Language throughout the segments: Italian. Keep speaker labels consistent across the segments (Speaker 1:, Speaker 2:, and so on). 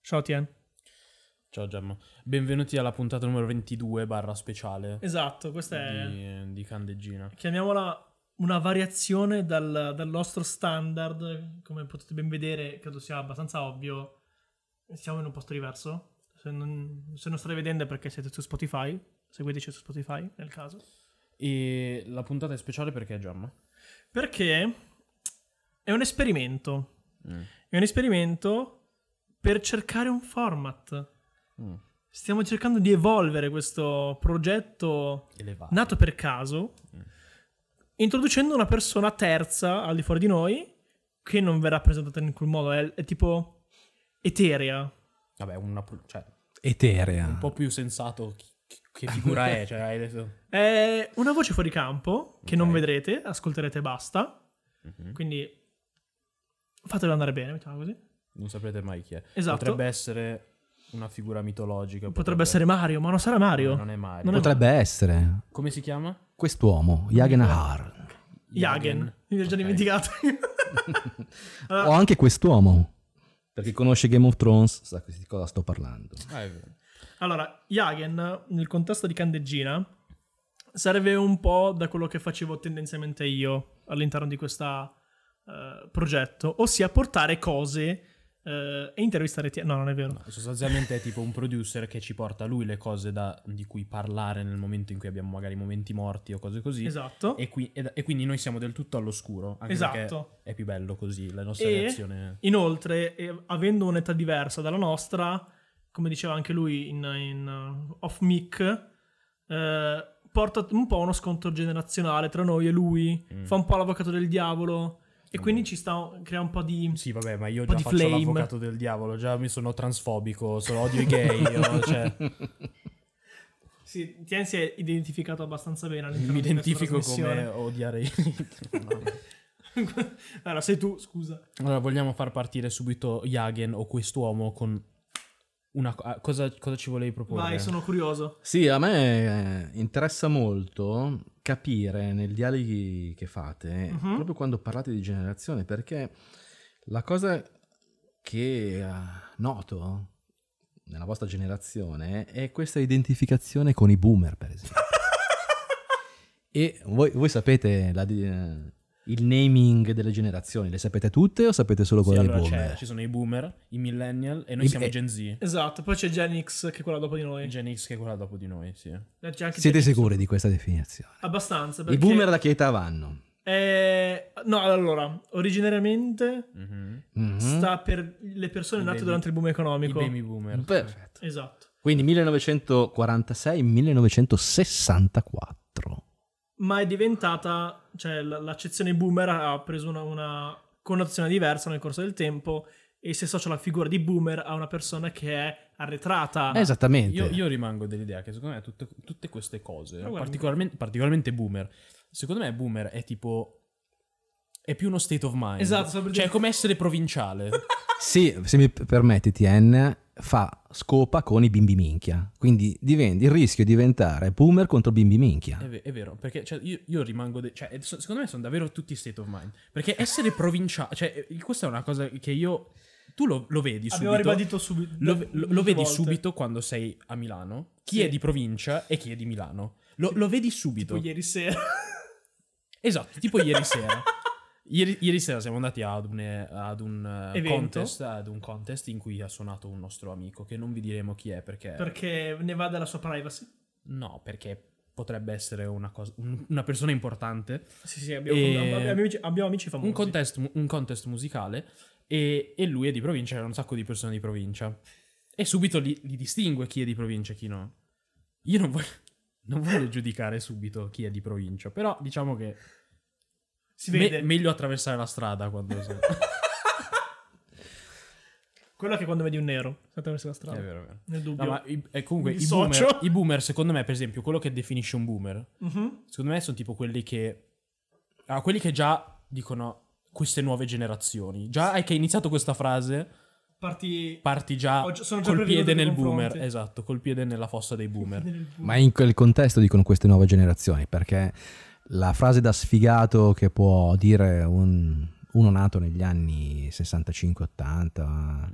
Speaker 1: Ciao Tien.
Speaker 2: Ciao Gemma, benvenuti alla puntata numero 22 barra speciale
Speaker 1: Esatto, questa è...
Speaker 2: di, di Candeggina.
Speaker 1: Chiamiamola una variazione dal, dal nostro standard. Come potete ben vedere, credo sia abbastanza ovvio. Siamo in un posto diverso. Se non, se non state vedendo è perché siete su Spotify. Seguiteci su Spotify nel caso.
Speaker 2: E la puntata è speciale perché Gemma?
Speaker 1: Perché è un esperimento.
Speaker 2: Mm.
Speaker 1: È un esperimento per cercare un format.
Speaker 2: Mm.
Speaker 1: Stiamo cercando di evolvere questo progetto
Speaker 2: Elevato.
Speaker 1: nato per caso, introducendo una persona terza al di fuori di noi, che non verrà presentata in alcun modo, è, è tipo eterea.
Speaker 2: Vabbè, una pro- cioè,
Speaker 3: Eterea.
Speaker 2: un po' più sensato chi- chi- che figura è, cioè hai detto...
Speaker 1: È una voce fuori campo, che non
Speaker 2: Ok. Mm.
Speaker 1: vedrete, ascolterete e basta, Mhm. quindi fatelo andare bene, mettiamo così.
Speaker 2: Non saprete mai chi è.
Speaker 1: Esatto.
Speaker 2: Potrebbe essere una figura mitologica.
Speaker 1: Potrebbe essere Mario, ma non sarà Mario.
Speaker 2: Non è Mario.
Speaker 1: Non è-
Speaker 3: Potrebbe essere
Speaker 2: Come si chiama?
Speaker 3: quest'uomo, Jagen Har.
Speaker 1: Jagen, mi ero già
Speaker 2: Ok.
Speaker 1: dimenticato. Ah.
Speaker 3: O anche quest'uomo. Perché conosce Game of Thrones, sa che- di cosa sto parlando.
Speaker 2: Ah, è vero.
Speaker 1: Allora, Jagen, nel contesto di Candeggina, serve un po' da quello che facevo tendenzialmente io all'interno di questo progetto, ossia portare cose eh, e intervistare... Ti- no, non è vero.
Speaker 2: No, Esatto. sostanzialmente è tipo un producer che ci porta lui le cose da- di cui parlare nel momento in cui abbiamo magari momenti morti o cose così.
Speaker 1: Esatto.
Speaker 2: E, qui- ed- e quindi noi siamo del tutto all'oscuro. Anche
Speaker 1: Esatto.
Speaker 2: perché È più bello così, la nostra
Speaker 1: E-
Speaker 2: reazione.
Speaker 1: Inoltre, eh, avendo un'età diversa dalla nostra, come diceva anche lui in, in, uh, off mic, eh, porta un po' uno scontro generazionale tra noi e lui,
Speaker 2: Mm.
Speaker 1: fa un po' l'avvocato del diavolo e
Speaker 2: Mm.
Speaker 1: quindi ci sta, crea un po' di...
Speaker 2: Sì, vabbè, ma io
Speaker 1: po'
Speaker 2: già
Speaker 1: di
Speaker 2: faccio
Speaker 1: flame.
Speaker 2: l'avvocato del diavolo, già mi sono transfobico, sono odio i gay, io, cioè,
Speaker 1: Sì, Tien si è identificato abbastanza bene all'interno
Speaker 2: mi
Speaker 1: di questa
Speaker 2: identifico come
Speaker 1: trasmissione.
Speaker 2: odiare i... No.
Speaker 1: allora, sei tu, scusa.
Speaker 2: Allora, vogliamo far partire subito Jagen o quest'uomo con una... co- ah, Cosa, cosa ci volevi proporre?
Speaker 1: Vai, sono curioso.
Speaker 3: Sì, a me eh, interessa molto capire nel dialoghi che fate,
Speaker 1: Mhm.
Speaker 3: proprio quando parlate di generazione, perché la cosa che eh, noto nella vostra generazione è questa identificazione con i boomer, per esempio. e voi, voi sapete la di- eh, il naming delle generazioni, le sapete tutte o sapete solo
Speaker 2: Sì,
Speaker 3: quelle
Speaker 2: allora
Speaker 3: dei
Speaker 2: c'è-
Speaker 3: boomer?
Speaker 2: ci sono i boomer, i millennial e noi
Speaker 3: I-
Speaker 2: siamo
Speaker 3: e-
Speaker 2: Gen Z.
Speaker 1: Esatto, poi c'è Gen X che è quella dopo di noi.
Speaker 2: Gen X che è quella dopo di noi, sì.
Speaker 1: C'è anche
Speaker 3: Siete
Speaker 1: Gen X.
Speaker 3: sicuri di questa definizione?
Speaker 1: Abbastanza.
Speaker 3: I
Speaker 1: perché-
Speaker 3: boomer da che età vanno?
Speaker 1: Eh, no, allora, originariamente
Speaker 2: Mhm.
Speaker 3: Mhm.
Speaker 1: sta per le persone
Speaker 2: I
Speaker 1: nate
Speaker 2: baby-
Speaker 1: durante il boom
Speaker 2: I
Speaker 1: economico.
Speaker 2: baby boomer.
Speaker 3: Perfetto.
Speaker 1: Esatto.
Speaker 3: Quindi 1946-1964.
Speaker 1: Ma è diventata, cioè l- l'accezione boomer ha preso una, una connotazione diversa nel corso del tempo e si associa la figura di boomer a una persona che è arretrata.
Speaker 3: Eh,
Speaker 2: Esatto.
Speaker 3: Esattamente.
Speaker 2: Ah, Io, io rimango dell'idea che secondo me tutte, tutte queste cose,
Speaker 1: Ma Ah, guarda-
Speaker 2: particolarmente, particolarmente boomer, secondo me boomer è tipo... È più uno state of mind.
Speaker 1: Esatto, stavo per
Speaker 2: Cioè, è
Speaker 1: dire-
Speaker 2: come essere provinciale.
Speaker 3: Sì, se mi p- permetti, TN fa scopa con i bimbi minchia. Quindi diven- il rischio è diventare boomer contro bimbi
Speaker 2: è,
Speaker 3: minchia.
Speaker 2: ve- è vero, perché cioè, io, io rimango... de- cioè, so- secondo me sono davvero tutti state of mind. Perché essere provinciale... Cioè, eh, questa è una cosa che io... Tu lo, lo vedi
Speaker 1: Abbiamo
Speaker 2: subito.
Speaker 1: ribadito subito.
Speaker 2: lo, lo- lo
Speaker 1: molte
Speaker 2: vedi
Speaker 1: volte.
Speaker 2: subito quando sei a Milano. Chi
Speaker 1: Sì.
Speaker 2: è di provincia e chi è di Milano. Lo, lo vedi subito.
Speaker 1: Tipo ieri sera.
Speaker 2: esatto, tipo ieri sera. Ieri, ieri sera siamo andati ad un, ad un, eh,
Speaker 1: Evento.
Speaker 2: contest, ad un contest in cui ha suonato un nostro amico che non vi diremo chi è perché...
Speaker 1: Perché ne va della sua privacy.
Speaker 2: No, perché potrebbe essere una, cosa, un- una persona importante.
Speaker 1: Sì, sì, abbiamo,
Speaker 2: E-
Speaker 1: abbiamo amici, abbiamo amici famosi.
Speaker 2: Un contest, un contest musicale e, e lui è di provincia, c'erano un sacco di persone di provincia. E subito li, li distingue chi è di provincia e chi no. Io non voglio, non voglio giudicare subito chi è di provincia, però diciamo che
Speaker 1: Si
Speaker 2: me-
Speaker 1: vede.
Speaker 2: meglio attraversare la strada quando... sei-
Speaker 1: Quello che quando vedi un nero. Attraverso la strada.
Speaker 2: È vero, è vero.
Speaker 1: Nel dubbio.
Speaker 2: No, ma i- e comunque
Speaker 1: Mi
Speaker 2: i boomer,
Speaker 1: dissocio.
Speaker 2: i boomer, secondo me, per esempio, quello che definisce un boomer,
Speaker 1: Mhm.
Speaker 2: secondo me sono tipo quelli che... ah, quelli che già dicono queste nuove generazioni. Già hai che hai iniziato questa frase...
Speaker 1: Parti
Speaker 2: parti già
Speaker 1: Ho gi- sono già
Speaker 2: col
Speaker 1: prevenuto
Speaker 2: piede
Speaker 1: nei
Speaker 2: nel
Speaker 1: confronti.
Speaker 2: boomer, esatto, col piede nella fossa dei boomer.
Speaker 1: nel buio.
Speaker 3: Ma in quel contesto dicono queste nuove generazioni, perché la frase da sfigato che può dire un- uno nato negli anni 65-80... piacerebbe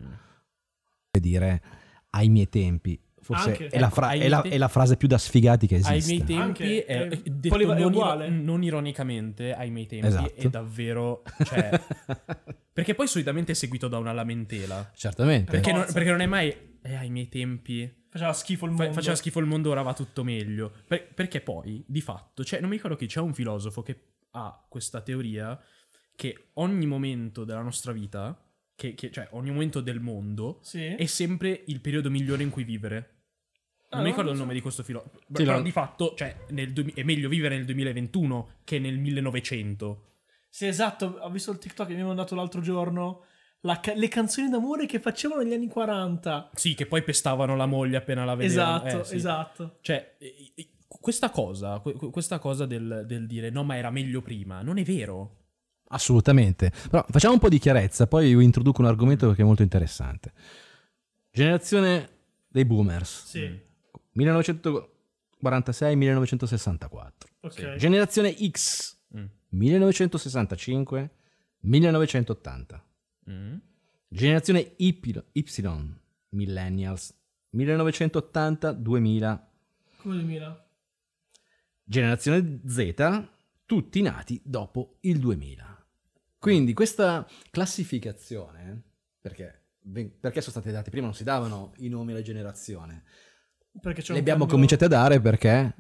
Speaker 3: dire ai miei tempi. Forse
Speaker 1: Anche.
Speaker 3: è, la
Speaker 2: Ecco,
Speaker 3: fra-
Speaker 2: ai
Speaker 3: è la-
Speaker 2: miei te-
Speaker 3: è la frase più da sfigati che esiste.
Speaker 2: Ai miei tempi,
Speaker 1: Anche,
Speaker 2: è,
Speaker 1: eh,
Speaker 2: è detto
Speaker 1: poliva- è
Speaker 2: non, iro-
Speaker 1: uguale?
Speaker 2: non ironicamente, ai miei tempi
Speaker 3: Esatto.
Speaker 2: è davvero... Cioè, perché poi solitamente è seguito da una lamentela.
Speaker 3: Certamente.
Speaker 2: Perché non,
Speaker 1: forza.
Speaker 2: perché non è mai... Eh, ai miei tempi...
Speaker 1: Faceva schifo il
Speaker 2: fa-
Speaker 1: mondo.
Speaker 2: faceva schifo il mondo, ora va tutto meglio. Per- perché poi, di fatto, cioè, non mi ricordo che c'è un filosofo che ha questa teoria che ogni momento della nostra vita, che- che- cioè ogni momento del mondo,
Speaker 1: Sì.
Speaker 2: è sempre il periodo migliore in cui vivere. Non
Speaker 1: Ah, non
Speaker 2: mi ricordo
Speaker 1: lo
Speaker 2: il
Speaker 1: so.
Speaker 2: nome di questo filosofo.
Speaker 3: Sì,
Speaker 2: però
Speaker 3: lo-
Speaker 2: di fatto cioè, nel duemi- è meglio vivere nel 2021 che nel 1900.
Speaker 1: Sì, esatto. Ho visto il TikTok che mi hanno mandato l'altro giorno. la ca- le canzoni d'amore che facevano negli anni 40.
Speaker 2: Sì, che poi pestavano la moglie appena la vedevano.
Speaker 1: Esatto,
Speaker 2: Eh, sì.
Speaker 1: esatto.
Speaker 2: Cioè, eh, eh, questa cosa, que- que- questa cosa del, del dire no ma era meglio prima, non è vero.
Speaker 3: Assolutamente. Però facciamo un po' di chiarezza, poi vi introduco un argomento che è molto interessante. Generazione dei boomers.
Speaker 1: Sì,
Speaker 2: Mm.
Speaker 3: 1946-1964.
Speaker 1: ok.
Speaker 3: Generazione X.
Speaker 2: Mm.
Speaker 3: 1965-1980.
Speaker 2: Mm.
Speaker 3: Generazione Y, Y, Millennials. 1980-2000.
Speaker 1: Come 2000.
Speaker 3: Generazione Z, tutti nati dopo il 2000. Quindi questa classificazione, perché, perché sono state date prima, non si davano i nomi alla generazione.
Speaker 1: Perché c'è
Speaker 3: Le
Speaker 1: un
Speaker 3: abbiamo
Speaker 1: cambio-
Speaker 3: cominciate a dare perché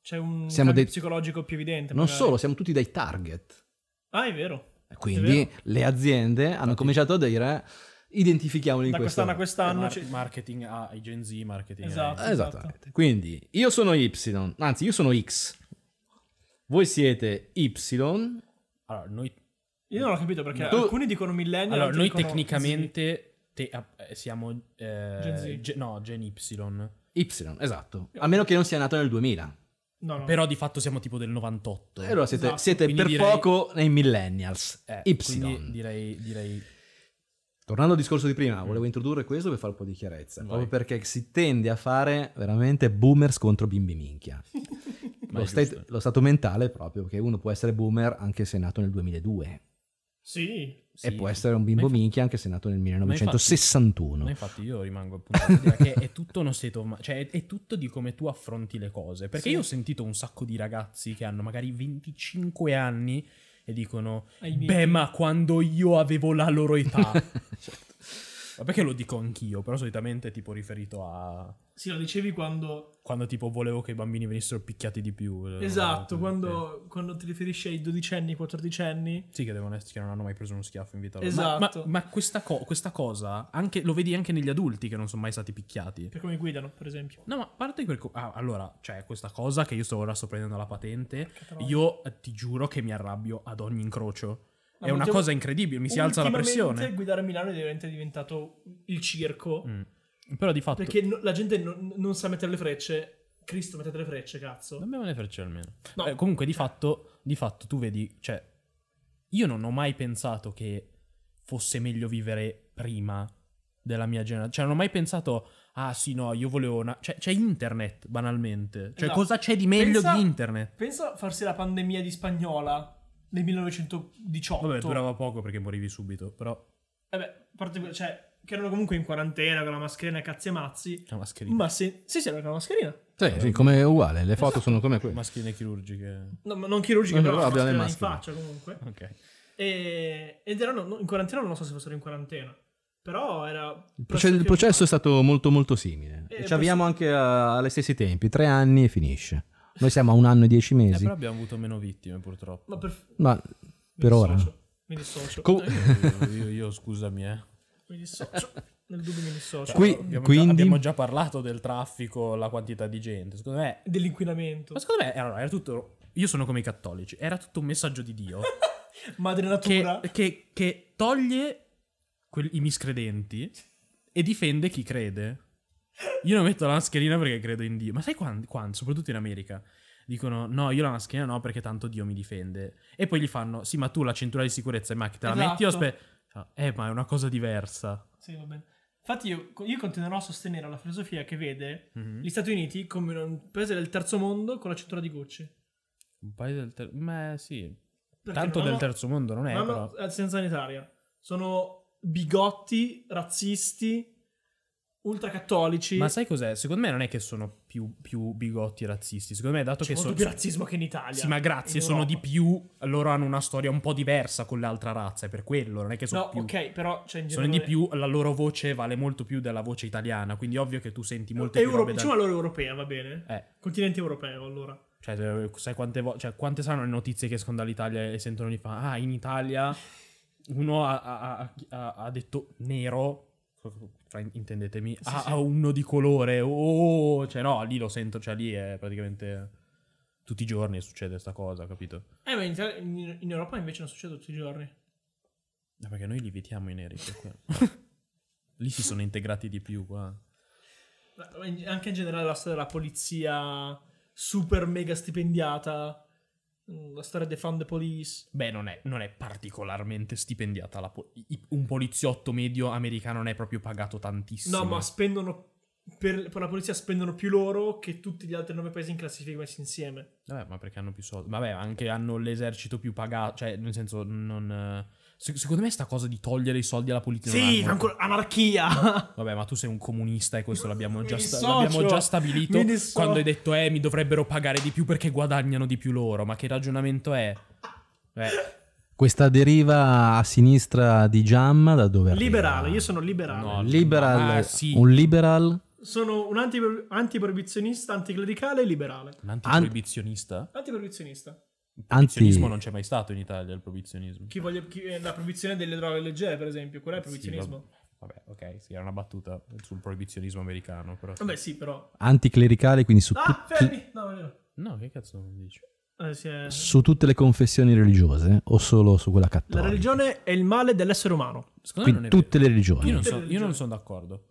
Speaker 1: C'è un
Speaker 3: siamo
Speaker 1: cambio
Speaker 3: dei-
Speaker 1: psicologico più evidente.
Speaker 3: non
Speaker 1: magari.
Speaker 3: solo, siamo tutti dei target.
Speaker 1: Ah, è vero. È
Speaker 3: Quindi le aziende hanno cominciato a dire identifichiamoli in
Speaker 1: Da
Speaker 3: questo
Speaker 1: quest'anno a quest'anno.
Speaker 2: Mar-
Speaker 1: ci-
Speaker 2: marketing ai Gen Z, marketing.
Speaker 1: Esatto.
Speaker 2: ai-
Speaker 3: Eh, Esattamente. Quindi io sono Y, anzi io sono X. Voi siete Y,
Speaker 2: Allora, noi,
Speaker 1: Io non ho capito perché
Speaker 3: Tu-
Speaker 1: alcuni dicono millennial.
Speaker 2: allora,
Speaker 1: altri
Speaker 2: noi
Speaker 1: dicono
Speaker 2: tecnicamente te- eh, siamo... eh,
Speaker 1: Gen Z.
Speaker 2: Ge- no, Gen Y.
Speaker 3: Y, esatto. A meno che non sia nato nel 2000.
Speaker 1: Z. No, no.
Speaker 2: Però di fatto siamo tipo del 98.
Speaker 3: E allora siete,
Speaker 1: Esatto,
Speaker 3: siete
Speaker 2: quindi
Speaker 3: per
Speaker 2: direi-
Speaker 3: poco nei millennials.
Speaker 2: Eh,
Speaker 3: y.
Speaker 2: quindi direi, direi
Speaker 3: Tornando al discorso di prima, volevo introdurre questo per fare un po' di chiarezza.
Speaker 2: Vai.
Speaker 3: Proprio perché si tende a fare veramente boomers contro bimbi minchia.
Speaker 2: Ma
Speaker 3: lo,
Speaker 2: è
Speaker 3: state-
Speaker 2: giusto.
Speaker 3: lo stato mentale è proprio che uno può essere boomer anche se è nato nel 2002.
Speaker 1: Sì.
Speaker 3: e
Speaker 2: sì.
Speaker 3: può essere un bimbo
Speaker 2: Ma infa-
Speaker 3: minchia anche se è nato nel
Speaker 2: ma infatti-
Speaker 3: 1961.
Speaker 2: Ma infatti io rimango appunto all'idea che è tutto uno state of mind, cioè è, è tutto di come tu affronti le cose. Perché
Speaker 1: Sì.
Speaker 2: io ho sentito un sacco di ragazzi che hanno magari 25 anni e dicono
Speaker 1: Ai miei-
Speaker 2: "Beh, ma quando io avevo la loro età". Certo. ma perché lo dico anch'io, però solitamente è tipo riferito a
Speaker 1: Sì, lo dicevi quando.
Speaker 2: quando tipo volevo che i bambini venissero picchiati di più. eh,
Speaker 1: esatto,
Speaker 2: eh,
Speaker 1: quando, quando ti riferisci ai dodicenni, quattordicenni.
Speaker 2: Sì, che devono essere, che non hanno mai preso uno schiaffo in vita loro. Ma-
Speaker 1: Esatto.
Speaker 2: Ma, ma questa, co- questa cosa anche- lo vedi anche negli adulti che non sono mai stati picchiati.
Speaker 1: Per come guidano, per esempio.
Speaker 2: No, ma a parte quel. co- ah, allora, cioè, questa cosa che io sto ora sto prendendo la patente.
Speaker 1: Porca troia.
Speaker 2: Io eh, ti giuro che mi arrabbio ad ogni incrocio.
Speaker 1: Ma
Speaker 2: è una
Speaker 1: potevo-
Speaker 2: cosa incredibile, mi si alza la
Speaker 1: Ultimamente
Speaker 2: pressione.
Speaker 1: guidare a Milano è divent- è diventato il circo.
Speaker 2: Mm. Però di fatto.
Speaker 1: Perché no- la gente non- non sa mettere le frecce. Cristo, mettete le frecce, cazzo.
Speaker 2: Dobbiamo ne farci almeno.
Speaker 1: No. Cioè,
Speaker 2: Eh, comunque, di fatto, di fatto, tu vedi, cioè, io non ho mai pensato che fosse meglio vivere prima della mia generazione. Cioè, non ho mai pensato, ah sì, no, io volevo una. Cioè, c'è internet, banalmente. Cioè,
Speaker 1: Esatto.
Speaker 2: cosa c'è di meglio
Speaker 1: Pensa-
Speaker 2: di internet?
Speaker 1: Pensa a farsi la pandemia di spagnola nel 1918.
Speaker 2: Vabbè, durava poco perché morivi subito, però.
Speaker 1: Eh beh, a parte que- cioè, che erano comunque in quarantena con la mascherina e cazzi e mazzi.
Speaker 2: C'è una mascherina.
Speaker 1: Cioè, Ma se... Sì, sì, era con la mascherina.
Speaker 3: Sì, sì, come è uguale, le foto sono come quelle.
Speaker 2: Mascherine chirurgiche.
Speaker 1: No, ma non chirurgica,
Speaker 3: Eh,
Speaker 1: però
Speaker 3: però
Speaker 1: la
Speaker 3: abbiamo le
Speaker 1: mascherina in faccia
Speaker 3: maschere.
Speaker 1: comunque.
Speaker 2: Ok.
Speaker 1: E- Ed erano no, in quarantena, non lo so se fossero in quarantena. Però era...
Speaker 3: Il processo, il processo è stato molto molto simile.
Speaker 1: Eh,
Speaker 3: E ci avviamo anche a- agli stessi tempi, tre anni e finisce. Noi siamo a un anno e dieci
Speaker 2: Eh,
Speaker 3: mesi,
Speaker 2: però abbiamo avuto meno vittime, purtroppo.
Speaker 1: Ma per...
Speaker 3: ma
Speaker 1: mi
Speaker 3: per ora...
Speaker 1: dissocio, Mi dissocio. eh,
Speaker 3: Com-
Speaker 2: Io, io- io, scusami, eh. Cioè,
Speaker 1: Mi dissocio. Nel dubbio mi dissocio.
Speaker 3: Qui-
Speaker 2: Abbiamo,
Speaker 3: quindi-
Speaker 2: già, abbiamo già parlato del traffico, la quantità di gente. Secondo me.
Speaker 1: Dell'inquinamento.
Speaker 2: Ma secondo me allora, era tutto. Io sono come i cattolici. Era tutto un messaggio di Dio
Speaker 1: Madre
Speaker 2: che,
Speaker 1: natura.
Speaker 2: che- che toglie quel- i miscredenti e difende chi crede. Io non metto la mascherina perché credo in Dio. Ma sai quando, soprattutto in America, dicono no, io la mascherina no perché tanto Dio mi difende. E poi gli fanno, sì, ma tu la cintura di sicurezza, ma che te la
Speaker 1: Esatto.
Speaker 2: metti? Io aspe- Ah, Eh, ma è una cosa diversa.
Speaker 1: Sì, va bene. Infatti io, io continuerò a sostenere la filosofia che vede
Speaker 2: Mhm.
Speaker 1: gli Stati Uniti come un paese del terzo mondo con la cintura di Gucci.
Speaker 2: Un paese del terzo... Ma sì.
Speaker 1: Perché
Speaker 2: Tanto
Speaker 1: non hanno-
Speaker 2: del terzo mondo non è,
Speaker 1: non hanno eh,
Speaker 2: però...
Speaker 1: assistenza sanitaria. Sono bigotti, razzisti, ultracattolici.
Speaker 2: Ma sai cos'è? Secondo me non è che sono più, più bigotti e razzisti. Secondo me, dato
Speaker 1: c'è
Speaker 2: che
Speaker 1: molto
Speaker 2: sono.
Speaker 1: più razzismo che in Italia.
Speaker 2: Sì, ma grazie,
Speaker 1: in
Speaker 2: sono di
Speaker 1: Europa.
Speaker 2: più. Loro hanno una storia un po' diversa con l'altra razza, è per quello. Non è che sono
Speaker 1: No,
Speaker 2: più.
Speaker 1: ok, però c'è in
Speaker 2: Sono
Speaker 1: generale...
Speaker 2: di più, la loro voce vale molto più della voce italiana. Quindi, ovvio che tu senti molte più.
Speaker 1: Euro-
Speaker 2: robe da-
Speaker 1: Diciamo allora europea, va bene?
Speaker 2: Eh.
Speaker 1: Continente europeo, allora.
Speaker 2: Cioè, eh, sai quante, vo- cioè, quante saranno le notizie che escono dall'Italia e sentono di fa? Ah, in Italia uno ha, ha- ha- ha detto nero. fra- Intendetemi,
Speaker 1: Sì,
Speaker 2: a,
Speaker 1: sì.
Speaker 2: a "Ah, uno di colore, oh, cioè no, lì lo sento, cioè lì è praticamente tutti i giorni succede sta cosa, capito?
Speaker 1: Eh, ma in, Italia- in- in Europa invece non succede tutti i giorni.
Speaker 2: No, perché noi li vetiamo i neri, per quello. lì si sono integrati di più qua.
Speaker 1: Ma- ma in- Anche in generale la storia della polizia super mega stipendiata, mm, la storia dei fan the police.
Speaker 2: Beh, non è, non è particolarmente stipendiata. la po- i- un poliziotto medio americano non è proprio pagato tantissimo.
Speaker 1: No, ma spendono... Per, per la polizia spendono più loro che tutti gli altri nove paesi in classifica messi insieme.
Speaker 2: Vabbè, ma perché hanno più soldi? Vabbè, anche hanno l'esercito più pagato. Cioè, nel senso, non. eh, se- secondo me sta cosa di togliere i soldi alla politica. non è
Speaker 1: sì,
Speaker 2: molto-
Speaker 1: ancora, anarchia!
Speaker 2: Vabbè, ma tu sei un comunista e questo l'abbiamo,
Speaker 1: Mi
Speaker 2: già, sta-
Speaker 1: dissocio.
Speaker 2: l'abbiamo già stabilito.
Speaker 1: Mi dissocio.
Speaker 2: Quando hai detto, eh, mi dovrebbero pagare di più perché guadagnano di più loro. Ma che ragionamento è? Beh,
Speaker 3: Questa deriva a sinistra di Giamma da dove arriva?
Speaker 1: liberale, io sono liberale.
Speaker 2: No.
Speaker 3: Liberal,
Speaker 2: Ah, sì.
Speaker 3: un liberal
Speaker 1: Sono un anti- antiproibizionista, anticlericale e liberale.
Speaker 2: un antiproibizionista?
Speaker 1: Antiproibizionista.
Speaker 2: Il
Speaker 3: anti
Speaker 2: proibizionismo non c'è mai stato in Italia, il proibizionismo.
Speaker 1: Chi voglia, chi- eh, la proibizione delle droghe leggere, per esempio, quella è il proibizionismo.
Speaker 2: Sì, vabbè, vabbè, ok, sì, era una battuta sul proibizionismo americano, però...
Speaker 1: Vabbè, sì, però.
Speaker 3: anticlericale, quindi su,
Speaker 1: Ah,
Speaker 3: tutti-
Speaker 1: fermi! No, no.
Speaker 2: No, che cazzo non dici?
Speaker 1: Eh, sì, eh.
Speaker 3: su tutte le confessioni religiose o solo su quella
Speaker 1: La
Speaker 3: cattolica?
Speaker 1: religione è il male dell'essere umano.
Speaker 2: Secondo me
Speaker 3: Quindi
Speaker 2: non è vero.
Speaker 3: tutte le religioni.
Speaker 2: Io non,
Speaker 1: Tutte
Speaker 2: so-
Speaker 1: le
Speaker 2: io non
Speaker 1: religioni.
Speaker 2: sono d'accordo.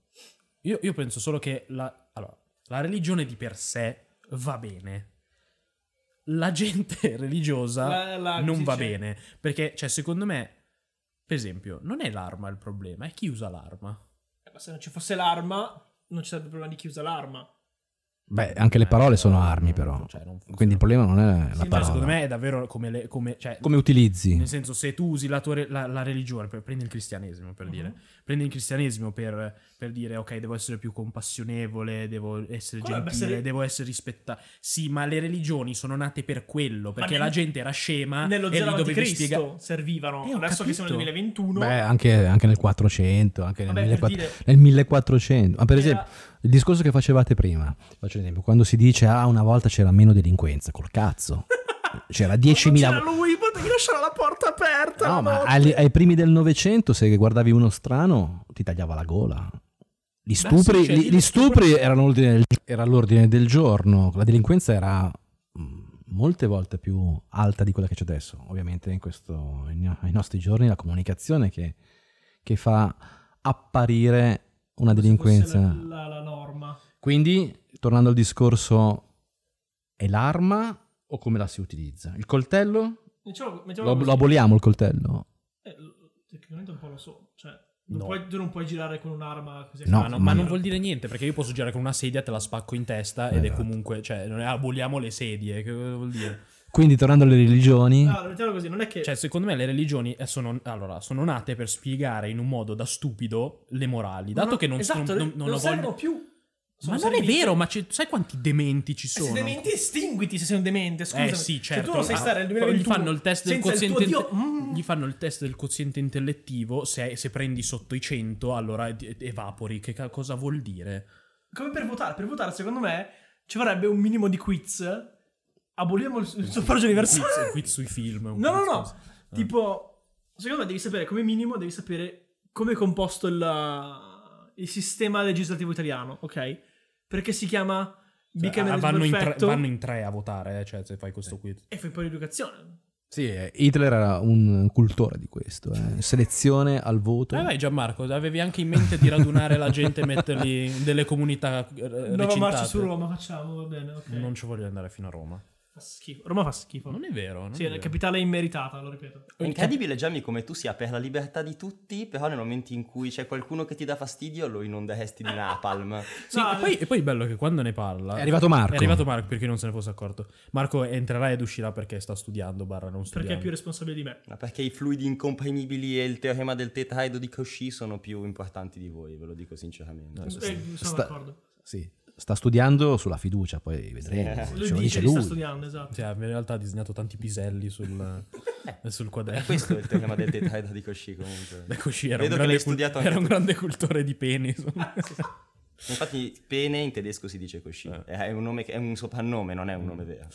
Speaker 2: Io, io penso solo che la, allora, la religione di per sé va bene. La gente religiosa
Speaker 1: La- la-
Speaker 2: non
Speaker 1: sì,
Speaker 2: va
Speaker 1: cioè-
Speaker 2: bene. Perché, cioè, secondo me, per esempio, non è l'arma il problema, è chi usa l'arma.
Speaker 1: Eh, ma se non ci fosse l'arma, non ci sarebbe problema di chi usa l'arma.
Speaker 3: Beh, anche le parole
Speaker 2: Eh,
Speaker 3: sono
Speaker 2: no,
Speaker 3: armi però.
Speaker 2: cioè, non funziona.
Speaker 3: Quindi il problema non è la
Speaker 1: Sì, ma
Speaker 2: Cioè,
Speaker 3: parola.
Speaker 2: secondo me è davvero come... le- come, cioè,
Speaker 3: Come utilizzi?
Speaker 2: Nel senso, se tu usi la, tua re- la- la religione, per- prendi il cristianesimo per
Speaker 1: Mhm.
Speaker 2: dire, prendi il cristianesimo per, per dire ok, devo essere più compassionevole, devo essere
Speaker 1: Quello deve
Speaker 2: gentile,
Speaker 1: essere-
Speaker 2: devo essere rispettato. Sì, ma le religioni sono nate per quello, perché
Speaker 1: nel-
Speaker 2: la gente era scema
Speaker 1: Nello
Speaker 2: e
Speaker 1: zero
Speaker 2: gli
Speaker 1: avanti
Speaker 2: dovevi
Speaker 1: Cristo
Speaker 2: spiegare.
Speaker 1: servivano.
Speaker 2: Eh, ho
Speaker 1: Adesso che siamo nel
Speaker 2: capito.
Speaker 1: 2021,
Speaker 3: Beh, anche, anche nel 400, anche nel,
Speaker 1: vabbè, per
Speaker 3: 1400,
Speaker 1: dire,
Speaker 3: nel 1400. Ma per
Speaker 1: era-
Speaker 3: esempio, il discorso che facevate prima, faccio un esempio, quando si dice ah una volta c'era meno delinquenza, col cazzo. C'era 10.000
Speaker 1: Ma non c'era lui, potevi lasciare la porta aperta.
Speaker 3: No,
Speaker 1: la
Speaker 3: ma
Speaker 1: notte.
Speaker 3: agli- ai, primi del Novecento, se guardavi uno strano, ti tagliava la gola. Gli stupri,
Speaker 2: sì, cioè,
Speaker 3: gli-
Speaker 2: io
Speaker 3: gli
Speaker 2: lo
Speaker 3: stupri erano l'ordine del- era all'ordine del giorno. La delinquenza era mh, molte volte più alta di quella che c'è adesso. Ovviamente in questo, in- ai nostri giorni la comunicazione che, che fa apparire una
Speaker 1: Se fosse
Speaker 3: delinquenza.
Speaker 1: La, la- la norma.
Speaker 3: Quindi, tornando al discorso, è l'arma o come la si utilizza? Il coltello?
Speaker 1: Diciamo, mettiamola
Speaker 3: Lo,
Speaker 1: così.
Speaker 3: lo aboliamo il coltello?
Speaker 1: Eh, lo- tecnicamente un po' lo so. Cioè,
Speaker 2: No.
Speaker 1: non puoi- tu non puoi girare con un'arma così. a
Speaker 3: No,
Speaker 2: Ma,
Speaker 1: caso.
Speaker 2: no- ma Ah, non vuol dire niente, perché io posso girare con una sedia, te la spacco in testa ed è
Speaker 3: Esatto.
Speaker 2: comunque, cioè, non è- aboliamo le sedie, che cosa vuol dire?
Speaker 3: Quindi tornando alle religioni,
Speaker 1: Allora, mettiamola così, non è che...
Speaker 2: Cioè, secondo me le religioni eh, sono, allora, sono nate per spiegare in un modo da stupido le morali. Dato
Speaker 1: non-
Speaker 2: che non,
Speaker 1: esatto,
Speaker 2: non, non, non
Speaker 1: non
Speaker 2: ho
Speaker 1: servono
Speaker 2: voglia-
Speaker 1: più. Sono
Speaker 2: Ma non è
Speaker 1: serviti. eh,
Speaker 2: vero, ma c'è- sai quanti dementi ci
Speaker 1: Se
Speaker 2: sono?
Speaker 1: sei demente, estinguiti se sei un demente, scusa.
Speaker 2: Eh sì, certo.
Speaker 1: Se tu non sai
Speaker 2: Ah,
Speaker 1: stare nel
Speaker 2: Gli
Speaker 1: 2021
Speaker 2: fanno il test del
Speaker 1: senza il
Speaker 2: quoziente,
Speaker 1: tuo Dio, mm.
Speaker 2: gli fanno il test del quoziente intellettivo, se, se prendi sotto i 100 allora ti- evapori, che ca- cosa vuol dire?
Speaker 1: Come per votare? Per votare, secondo me, ci vorrebbe un minimo di quiz. Aboliamo il, il suffragio
Speaker 2: Quiz,
Speaker 1: universale.
Speaker 2: quiz sui film. un
Speaker 1: No, no,
Speaker 2: quiz
Speaker 1: no.
Speaker 2: così. Ah.
Speaker 1: Tipo, secondo me devi sapere, come minimo, devi sapere come è composto uh, il, il sistema legislativo italiano, ok? Perché si chiama
Speaker 2: Ah,
Speaker 1: bicameralismo
Speaker 2: vanno, in tre,
Speaker 1: perfetto
Speaker 2: vanno in tre a votare, eh, cioè se fai questo quiz.
Speaker 1: e fai poi l'educazione.
Speaker 3: sì, eh, Hitler era un cultore di questo, eh. selezione al voto.
Speaker 2: Ah, vai Gianmarco, avevi anche in mente di radunare la gente e metterli in delle comunità eh,
Speaker 1: Nuova marcia su
Speaker 2: recintate.
Speaker 1: Roma, facciamo, va bene, ok.
Speaker 2: Non ci voglio andare fino a Roma.
Speaker 1: Fa schifo. Roma fa schifo.
Speaker 2: Non è vero. Non
Speaker 1: Oh. sì,
Speaker 2: è
Speaker 1: è la
Speaker 2: vero.
Speaker 1: capitale immeritata, lo ripeto.
Speaker 4: È incredibile, Gianni, come tu sia per la libertà di tutti, però nel momento in cui c'è qualcuno che ti dà fastidio lo inonderesti di napalm.
Speaker 2: Sì,
Speaker 1: No,
Speaker 2: e, poi, e poi il bello è che quando ne parla...
Speaker 3: È arrivato Marco.
Speaker 2: È arrivato Marco perché non se ne fosse accorto. Marco entrerà ed uscirà perché sta studiando, barra non
Speaker 1: Perché
Speaker 2: studiando.
Speaker 1: è più responsabile di me.
Speaker 4: Ma perché i fluidi incomprimibili e il teorema del tetraido di Cauchy sono più importanti di voi, ve lo dico sinceramente.
Speaker 1: Eh, sono
Speaker 3: sta-
Speaker 1: d'accordo.
Speaker 3: Sì, sta studiando sulla fiducia, poi vedremo.
Speaker 1: Lui
Speaker 3: Ce
Speaker 1: dice
Speaker 3: lo dice
Speaker 1: che sta
Speaker 3: lui.
Speaker 1: studiando, esatto.
Speaker 2: Cioè, in realtà ha disegnato tanti piselli sul, eh, sul quaderno.
Speaker 4: E Eh. questo è il teorema del tetraido di Cauchy comunque.
Speaker 2: Beh, Cauchy era, un
Speaker 4: Vedo che
Speaker 2: grande,
Speaker 4: l'hai
Speaker 2: cul-
Speaker 4: studiato
Speaker 2: era
Speaker 4: anche
Speaker 2: un
Speaker 4: tu.
Speaker 2: grande cultore di peni. insomma.
Speaker 4: Infatti pene in tedesco si dice Cauchy,
Speaker 2: Eh.
Speaker 4: è, un nome che- è un soprannome, non è un
Speaker 2: Mm.
Speaker 4: nome vero.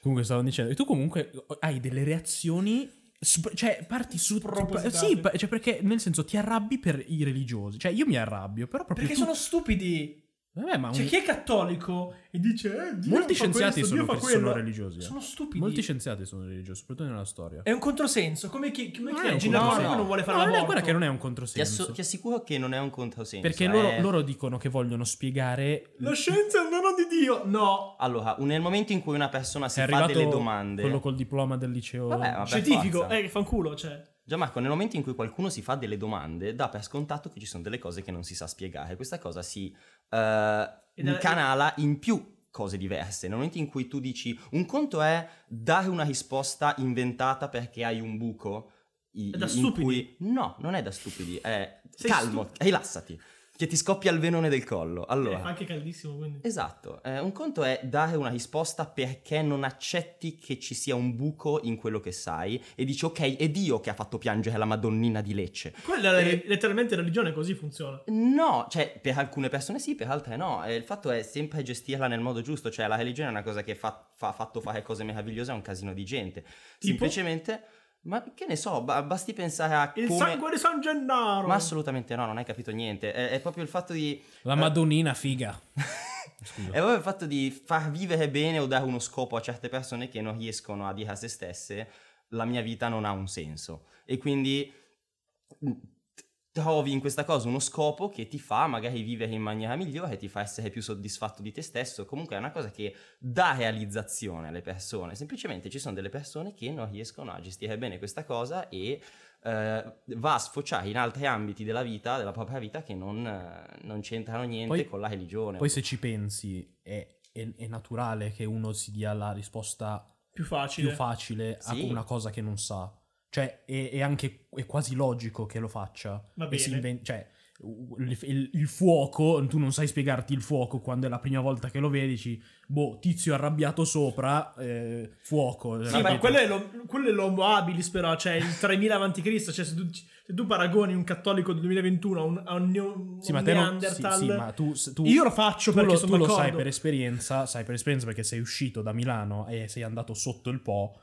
Speaker 2: comunque stavo dicendo, e tu comunque hai delle reazioni... sp- cioè, parti su...
Speaker 1: Spropositate.
Speaker 2: Sì, pa- cioè, perché nel senso ti arrabbi per i religiosi. Cioè, io mi arrabbio, però proprio...
Speaker 1: Perché
Speaker 2: tu-
Speaker 1: sono stupidi.
Speaker 2: Vabbè, ma un-
Speaker 1: Cioè, chi è cattolico e dice: eh, Dio
Speaker 2: molti
Speaker 1: fa
Speaker 2: scienziati
Speaker 1: questo,
Speaker 2: sono,
Speaker 1: Dio fa
Speaker 2: sono
Speaker 1: quello",
Speaker 2: religiosi. eh.
Speaker 1: Sono stupidi.
Speaker 2: Molti scienziati sono religiosi, soprattutto nella storia.
Speaker 1: È un controsenso. Come chi, come
Speaker 2: Non
Speaker 1: chi
Speaker 2: è
Speaker 1: è
Speaker 2: un
Speaker 1: Gino
Speaker 4: controsenso.
Speaker 1: Paolo non vuole fare la
Speaker 2: No, non è-
Speaker 1: morte.
Speaker 2: guarda che non è un
Speaker 4: Ti,
Speaker 2: controsenso.
Speaker 4: asso- ti assicuro che non è un controsenso.
Speaker 2: Perché
Speaker 4: eh.
Speaker 2: loro, loro dicono che vogliono spiegare.
Speaker 1: La scienza è il dono di Dio. No.
Speaker 4: Allora, un- nel momento in cui una persona si
Speaker 2: è
Speaker 4: fa
Speaker 2: arrivato
Speaker 4: delle domande...
Speaker 2: quello col diploma del liceo.
Speaker 4: Vabbè, ma per
Speaker 1: Scientifico.
Speaker 4: forza.
Speaker 1: Eh, fanculo, cioè.
Speaker 4: Gianmarco, nel momento in cui qualcuno si fa delle domande, dà per scontato che ci sono delle cose che non si sa spiegare. Questa cosa si eh,
Speaker 1: Ed è-
Speaker 4: canala in più cose diverse. Nel momento in cui tu dici un conto è dare una risposta inventata perché hai un buco. i-
Speaker 1: È da
Speaker 4: in
Speaker 1: stupidi.
Speaker 4: cui- No, non è da stupidi. È
Speaker 1: Sei
Speaker 4: calmo,
Speaker 1: stupido.
Speaker 4: rilassati. Che ti scoppia il venone del collo.
Speaker 1: È
Speaker 4: Allora.
Speaker 1: Eh, anche caldissimo, quindi.
Speaker 4: Esatto, eh, un conto è dare una risposta perché non accetti che ci sia un buco in quello che sai e dici ok, è Dio che ha fatto piangere la Madonnina di Lecce.
Speaker 1: Quella è
Speaker 4: Eh.
Speaker 1: letteralmente religione, così funziona.
Speaker 4: No, cioè per alcune persone sì, per altre no, e il fatto è sempre gestirla nel modo giusto, cioè la religione è una cosa che fa, fa fatto fare cose meravigliose a un casino di gente. Semplicemente, ma che ne so, ba- basti pensare a...
Speaker 1: Il
Speaker 4: come-
Speaker 1: sangue di San Gennaro.
Speaker 4: Ma assolutamente no, non hai capito niente, è, è proprio il fatto di...
Speaker 2: La Madonnina figa. Scusa.
Speaker 4: È proprio il fatto di far vivere bene o dare uno scopo a certe persone che non riescono a dire a se stesse la mia vita non ha un senso. E quindi mh, trovi in questa cosa uno scopo che ti fa magari vivere in maniera migliore, ti fa essere più soddisfatto di te stesso. Comunque è una cosa che dà realizzazione alle persone. Semplicemente ci sono delle persone che non riescono a gestire bene questa cosa e eh, va a sfociare in altri ambiti della vita, della propria vita, che non, eh, non c'entrano niente
Speaker 2: Poi-
Speaker 4: con la religione.
Speaker 2: Poi se ci pensi, è, è- è naturale che uno si dia la risposta
Speaker 1: Più facile.
Speaker 2: più facile a
Speaker 4: Sì.
Speaker 2: una cosa che non sa. Cioè, è, è anche è quasi logico che lo faccia.
Speaker 1: Va
Speaker 2: E
Speaker 1: bene.
Speaker 2: si inven- cioè, u- il, il- il fuoco, tu non sai spiegarti il fuoco quando è la prima volta che lo vedi, dici, boh, tizio arrabbiato sopra, eh, fuoco.
Speaker 1: Sì,
Speaker 2: capito?
Speaker 1: ma quello è, lo- quello è l'Homo habilis, però, cioè il 3000 avanti Cristo. Cioè, se tu, se tu paragoni un cattolico del 2021 a un, a un, neo-
Speaker 2: Sì,
Speaker 1: un
Speaker 2: ma te non- sì,
Speaker 1: Neanderthal,
Speaker 2: sì, ma tu, tu-
Speaker 1: io lo faccio
Speaker 2: tu
Speaker 1: perché
Speaker 2: lo,
Speaker 1: sono
Speaker 2: tu lo
Speaker 1: d'accordo.
Speaker 2: sai per esperienza, sai per esperienza perché sei uscito da Milano e sei andato sotto il Po.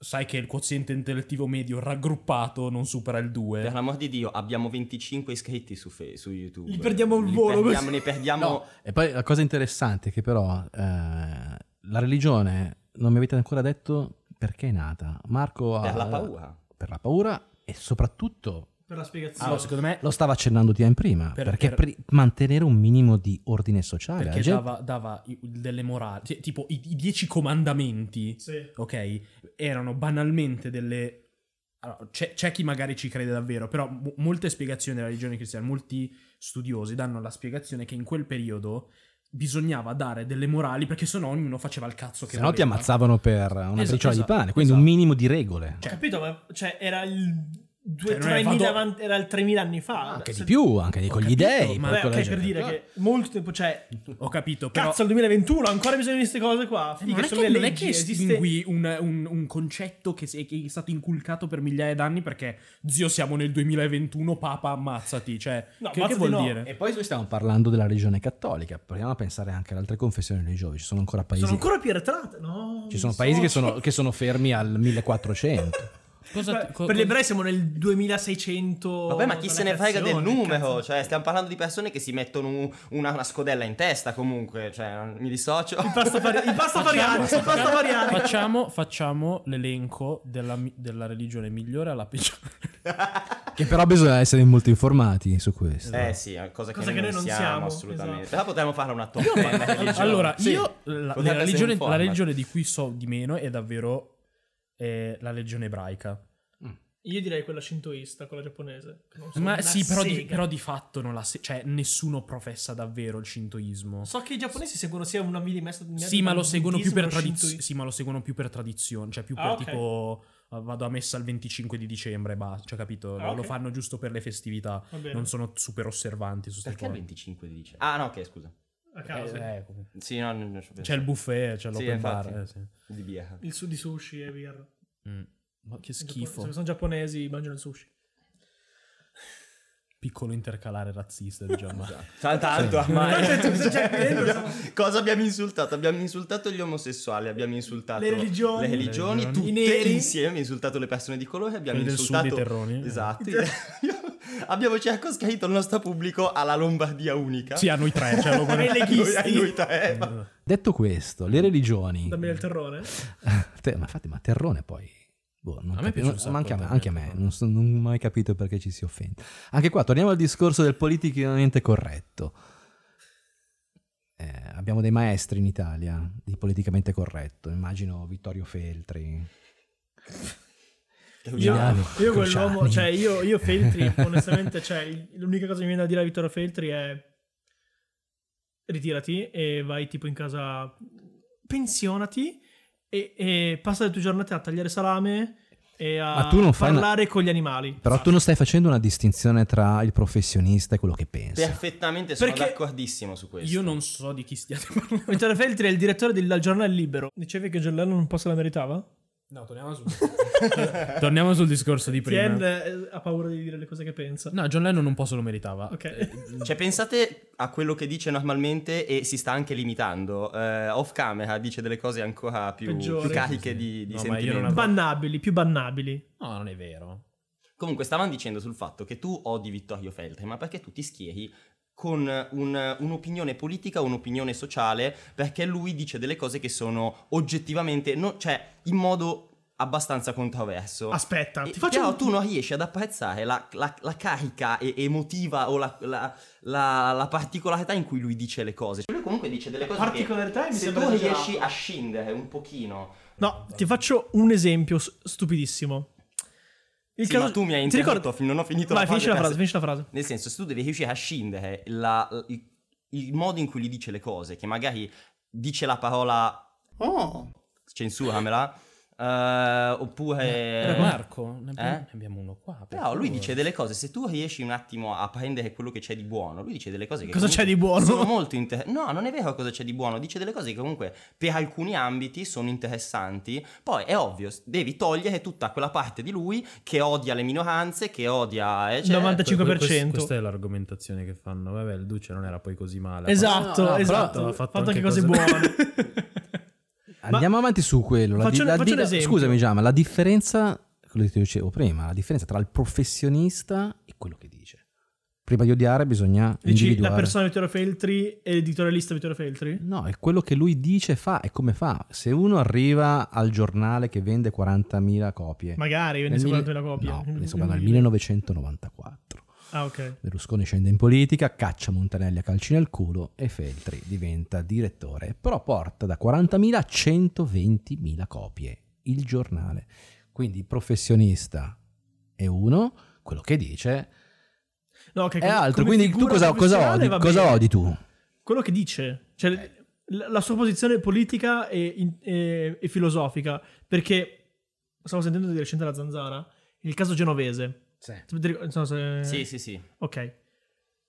Speaker 2: Sai che il quoziente intellettivo medio raggruppato non supera il 2.
Speaker 4: Per l'amor di Dio, abbiamo 25 iscritti su, Fe- su YouTube.
Speaker 1: Li perdiamo al
Speaker 4: Li
Speaker 1: volo,
Speaker 4: perdiamo-
Speaker 1: così.
Speaker 4: ne perdiamo.
Speaker 3: No, E poi la cosa interessante è che però eh, la religione non mi avete ancora detto perché è nata. Marco ha-
Speaker 4: Per la paura.
Speaker 3: Per la paura e soprattutto
Speaker 1: per la spiegazione.
Speaker 2: Allora, secondo me
Speaker 3: lo stava accennando Tian prima,
Speaker 2: Per-
Speaker 3: perché
Speaker 2: per-
Speaker 3: pri- mantenere un minimo di ordine sociale. la
Speaker 2: perché
Speaker 3: gente-
Speaker 2: dava, dava i- delle morali, cioè, tipo i, i dieci comandamenti,
Speaker 1: Sì.
Speaker 2: ok, erano banalmente delle... allora, c'è, c'è chi magari ci crede davvero, però mo- molte spiegazioni della religione cristiana, molti studiosi danno la spiegazione che in quel periodo bisognava dare delle morali perché sennò ognuno faceva il cazzo che
Speaker 3: se no ti
Speaker 2: voleva.
Speaker 3: ammazzavano per una
Speaker 2: Esatto,
Speaker 3: briciola
Speaker 2: esatto,
Speaker 3: di pane, quindi
Speaker 2: esatto.
Speaker 3: un minimo di regole.
Speaker 1: Ho capito, ma cioè, era il. due-
Speaker 2: Cioè, non Ah, è
Speaker 1: 3000
Speaker 2: vado-
Speaker 1: avanti- era il 3000 anni fa.
Speaker 3: anche
Speaker 1: Se-
Speaker 3: di più, anche di- con gli
Speaker 2: capito,
Speaker 3: dei.
Speaker 2: ma
Speaker 1: Vabbè,
Speaker 3: poi con la
Speaker 1: ok, per
Speaker 3: gente.
Speaker 1: dire che molto tempo, cioè,
Speaker 2: Ho capito, però...
Speaker 1: cazzo, il 2021, ancora bisogna di queste cose qua.
Speaker 2: Eh, Ma non
Speaker 1: Figa,
Speaker 2: è
Speaker 1: sono
Speaker 2: che,
Speaker 1: le
Speaker 2: non è
Speaker 1: leggi,
Speaker 2: che
Speaker 1: esiste-
Speaker 2: estingui un, un- un concetto che, si- che è stato inculcato per migliaia d'anni perché, zio, siamo nel 2021, papa, ammazzati. Cioè,
Speaker 1: No,
Speaker 2: che, che
Speaker 1: ammazzati
Speaker 2: vuol
Speaker 1: no,
Speaker 2: dire?
Speaker 3: E poi noi stiamo parlando della religione cattolica, proviamo a pensare anche alle altre confessioni religiose, ci sono ancora paesi,
Speaker 1: Sono ancora più arretrate, no?
Speaker 3: ci sono
Speaker 1: mi
Speaker 3: paesi che
Speaker 1: so.
Speaker 3: sono, che sono fermi al 1400.
Speaker 2: Cosa-
Speaker 1: Beh,
Speaker 2: co-
Speaker 1: per gli
Speaker 2: co-
Speaker 1: ebrei siamo nel 2600.
Speaker 4: Vabbè, ma chi se ne
Speaker 1: dalla
Speaker 4: frega del
Speaker 1: creazione,
Speaker 4: numero?
Speaker 1: Oh, cazzo.
Speaker 4: Cioè, stiamo parlando di persone che si mettono un- una, una scodella in testa comunque. Cioè, mi dissocio.
Speaker 1: Il pasta fari- il pasta fariani, sono pasta fariani.
Speaker 2: Facciamo, facciamo l'elenco della, mi- della religione migliore alla peggiore.
Speaker 3: Che però bisogna essere molto informati su questo.
Speaker 4: Eh sì, è cosa, che, noi non siamo, assolutamente.
Speaker 1: esatto.
Speaker 4: Però potremmo fare una top ten religione.
Speaker 2: Allora,
Speaker 4: Sì.
Speaker 2: io la,
Speaker 4: Guardate
Speaker 2: la
Speaker 4: se
Speaker 2: religione,
Speaker 4: informa.
Speaker 2: la religione di cui so di meno è davvero eh, la religione ebraica.
Speaker 1: Io direi quella shintoista, quella giapponese. che non so,
Speaker 2: Ma
Speaker 1: una
Speaker 2: sì, però di,
Speaker 1: sega.
Speaker 2: però di fatto non la se- cioè, nessuno professa davvero il shintoismo.
Speaker 1: So che i giapponesi seguono sia una millimestra di
Speaker 2: Sì, ma lo seguono più per tradizione.
Speaker 1: tradizione.
Speaker 2: Sì, ma lo seguono più per tradizione. Cioè, più per
Speaker 1: Ah, ok.
Speaker 2: tipo. eh, Vado a messa il 25 di dicembre, basta. Cioè, capito?
Speaker 1: Ah,
Speaker 2: Lo- Lo
Speaker 1: ok.
Speaker 2: fanno giusto per le festività. Non sono super osservanti su queste
Speaker 4: Perché il
Speaker 2: cose.
Speaker 4: 25 di dicembre? Ah no, ok, scusa.
Speaker 1: A caso.
Speaker 2: Eh, eh, comunque.
Speaker 4: Sì, no, non- non ci ho
Speaker 2: c'è il
Speaker 4: pensato.
Speaker 2: buffet, c'è l'open
Speaker 4: infatti.
Speaker 2: bar. eh, sì.
Speaker 4: di birra.
Speaker 1: Il su di sushi e birra.
Speaker 2: Mm. Ma che
Speaker 1: Se
Speaker 2: schifo.
Speaker 1: sono giapponesi, mangiano il sushi.
Speaker 2: Piccolo intercalare razzista diciamo. di
Speaker 4: Esatto.
Speaker 2: Gianmarco.
Speaker 4: Tanto, tanto
Speaker 3: Ah, eh.
Speaker 4: ormai.
Speaker 1: Tanto Cioè, tu sei qui dentro,
Speaker 4: Abbiamo- Cosa abbiamo insultato? Abbiamo insultato gli omosessuali, abbiamo insultato
Speaker 1: Le religioni.
Speaker 4: le religioni,
Speaker 2: Le religioni.
Speaker 4: tutte
Speaker 1: I neri.
Speaker 4: insieme, abbiamo insultato le persone di colore, abbiamo
Speaker 2: Quelli del sud,
Speaker 4: insultato
Speaker 2: i terroni.
Speaker 4: Esatto. abbiamo circoscritto il nostro pubblico alla Lombardia unica.
Speaker 2: Sì, a noi tre. Cioè, lo Mm.
Speaker 1: Ma i
Speaker 4: A noi, a
Speaker 1: leghisti.
Speaker 4: noi tre, eh, ma-
Speaker 3: Detto questo, le religioni...
Speaker 1: Dammi del terrone.
Speaker 3: Te- ma infatti, ma Terrone poi... boh, non
Speaker 2: A me piace
Speaker 3: capi-
Speaker 2: un
Speaker 3: non-
Speaker 2: sacco
Speaker 3: ma anche a me,
Speaker 2: Terrone,
Speaker 3: anche a me
Speaker 2: Terrone.
Speaker 3: non, so- non ho mai capito perché ci si offende. Anche qua, torniamo al discorso del politicamente corretto. Eh, abbiamo dei maestri in Italia di politicamente corretto, immagino Vittorio Feltri.
Speaker 1: Io,
Speaker 3: Giuliano
Speaker 1: io quell'uomo,
Speaker 3: Cruciani.
Speaker 1: cioè io, io Feltri, onestamente, cioè, il- l'unica cosa che mi viene da dire a Vittorio Feltri è ritirati e vai tipo in casa, pensionati e, e passa le tue giornate a tagliare salame e a
Speaker 3: Ma tu non fai una-
Speaker 1: Ah, parlare con gli animali.
Speaker 3: Però tu non stai facendo una distinzione tra il professionista e quello che pensa.
Speaker 4: Perfettamente, sono
Speaker 1: Perché-
Speaker 4: d'accordissimo su questo.
Speaker 2: Io non so di chi stiate parlando.
Speaker 1: Vittorio Feltri è il direttore del del giornale Libero. Dicevi che Giuliano un po' se la meritava?
Speaker 2: No, torniamo sul... torniamo sul discorso di prima.
Speaker 1: Tien eh, ha paura di dire le cose che pensa.
Speaker 2: No, John Lennon un po' se lo meritava. Eh,
Speaker 1: Ok.
Speaker 4: Cioè, pensate a quello che dice normalmente e si sta anche limitando. Eh, off camera dice delle cose ancora più,
Speaker 1: Peggiori.
Speaker 4: più cariche di, di
Speaker 2: No, ma io
Speaker 4: sentimento.
Speaker 2: non avevo-
Speaker 1: Bannabili, più bannabili.
Speaker 2: No, non è vero.
Speaker 4: Comunque, stavamo dicendo sul fatto che tu odi Vittorio Feltri, ma perché tu ti schieri con un- un'opinione politica, un'opinione sociale, perché lui dice delle cose che sono oggettivamente, no- cioè, in modo abbastanza controverso.
Speaker 1: Aspetta,
Speaker 4: E-
Speaker 1: ti faccio
Speaker 4: però
Speaker 1: un-
Speaker 4: tu non riesci ad apprezzare la, la- la carica e- emotiva o la, la- la- la particolarità in cui lui dice le cose. Lui comunque dice delle cose
Speaker 1: Particolarità
Speaker 4: che
Speaker 1: mi
Speaker 4: se
Speaker 1: sembra
Speaker 4: tu
Speaker 1: esagerato.
Speaker 4: riesci a scindere un pochino...
Speaker 1: No, ti faccio un esempio s- stupidissimo. Il
Speaker 4: Sì, ma tu mi hai
Speaker 1: ti
Speaker 4: interrotto, fi- non ho finito la
Speaker 1: Vai, finisci la
Speaker 4: frase,
Speaker 1: frase, finisci la frase.
Speaker 4: Nel senso, se tu devi riuscire a scindere la- il, il modo in cui gli dice le cose, che magari dice la parola
Speaker 5: Oh.
Speaker 4: censuramela, eh, oppure...
Speaker 2: Era Eh, Marco, ne abbiamo,
Speaker 4: Eh?
Speaker 2: ne abbiamo uno qua. per
Speaker 4: Però lui
Speaker 2: favore.
Speaker 4: dice delle cose, se tu riesci un attimo a prendere quello che c'è di buono, lui dice delle cose che...
Speaker 1: Cosa c'è
Speaker 4: comunque
Speaker 1: di buono?
Speaker 4: Sono molto interessanti. No, non è vero cosa c'è di buono, dice delle cose che comunque per alcuni ambiti sono interessanti. Poi è ovvio, s- devi togliere tutta quella parte di lui che odia le minoranze, che odia... eh, cioè-
Speaker 1: 95%.
Speaker 2: Que- quest- Questa è l'argomentazione che fanno. Vabbè, il Duce non era poi così male.
Speaker 1: Esatto,
Speaker 3: No, no,
Speaker 1: esatto.
Speaker 2: però-
Speaker 1: Ha fatto anche cose buone.
Speaker 3: Andiamo avanti su quello. La
Speaker 1: Faccio-
Speaker 3: di- la
Speaker 1: faccio
Speaker 3: di-
Speaker 1: un
Speaker 3: la-
Speaker 1: esempio.
Speaker 3: scusami, Giamma, la differenza, quello che ti dicevo prima, la differenza tra il professionista e quello che dice. Prima di odiare bisogna
Speaker 1: Dici la
Speaker 3: individuare.
Speaker 1: persona di Vittorio Feltri e l'editorialista Vittorio Feltri?
Speaker 3: No, è quello che lui dice, fa e come fa. Se uno arriva al giornale che vende 40.000 copie.
Speaker 1: Magari,
Speaker 3: nel
Speaker 1: ne so
Speaker 3: mille-
Speaker 1: la copia.
Speaker 3: No, ne sto parlando del 1994.
Speaker 1: Ah, ok.
Speaker 3: Berlusconi scende in politica, caccia Montanelli a calci nel culo e Feltri diventa direttore, però porta da 40.000 a 120.000 copie il giornale. Quindi il professionista è uno, quello che dice
Speaker 1: No, ok,
Speaker 3: è
Speaker 1: come-
Speaker 3: altro.
Speaker 1: Cioè, come
Speaker 3: Quindi tu
Speaker 1: figura
Speaker 3: cosa, cosa,
Speaker 1: professionale
Speaker 3: odi,
Speaker 1: va
Speaker 3: cosa
Speaker 1: bene.
Speaker 3: odi tu?
Speaker 1: Quello che dice, cioè la, la sua posizione politica e, in- e- e filosofica, perché stavo sentendo di recente la zanzara, il caso genovese. Ti ricordi- non so se-
Speaker 4: Sì, sì, sì.
Speaker 1: Ok.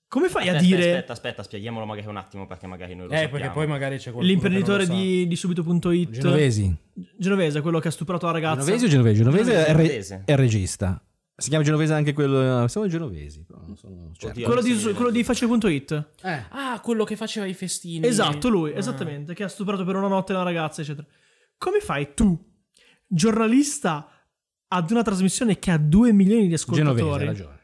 Speaker 1: Come fai
Speaker 4: Aspetta,
Speaker 1: a dire
Speaker 4: Aspetta, aspetta, spieghiamolo magari un attimo perché magari noi lo
Speaker 2: Eh,
Speaker 4: sappiamo.
Speaker 2: perché poi magari c'è qualcuno.
Speaker 1: l'imprenditore
Speaker 2: che non lo sa.
Speaker 1: di, di subito.it
Speaker 3: Genovesi.
Speaker 1: Genovese, quello che ha stuprato la ragazza?
Speaker 3: Genovesi o Genovese? Genovese è, re-
Speaker 4: Genovese.
Speaker 3: è il regista. Si chiama Genovese anche quello... eh, Siamo genovesi, però non sono certo.
Speaker 4: Oddio.
Speaker 1: Quello di, quello di Facile.it.
Speaker 3: Eh.
Speaker 2: Ah, quello che faceva i festini.
Speaker 1: Esatto, lui,
Speaker 2: Ah.
Speaker 1: esattamente, che ha stuprato per una notte una ragazza, eccetera. Come fai tu, giornalista ad una trasmissione che ha 2 milioni di
Speaker 3: Genovese, hai
Speaker 1: ascoltatori,
Speaker 3: ragione.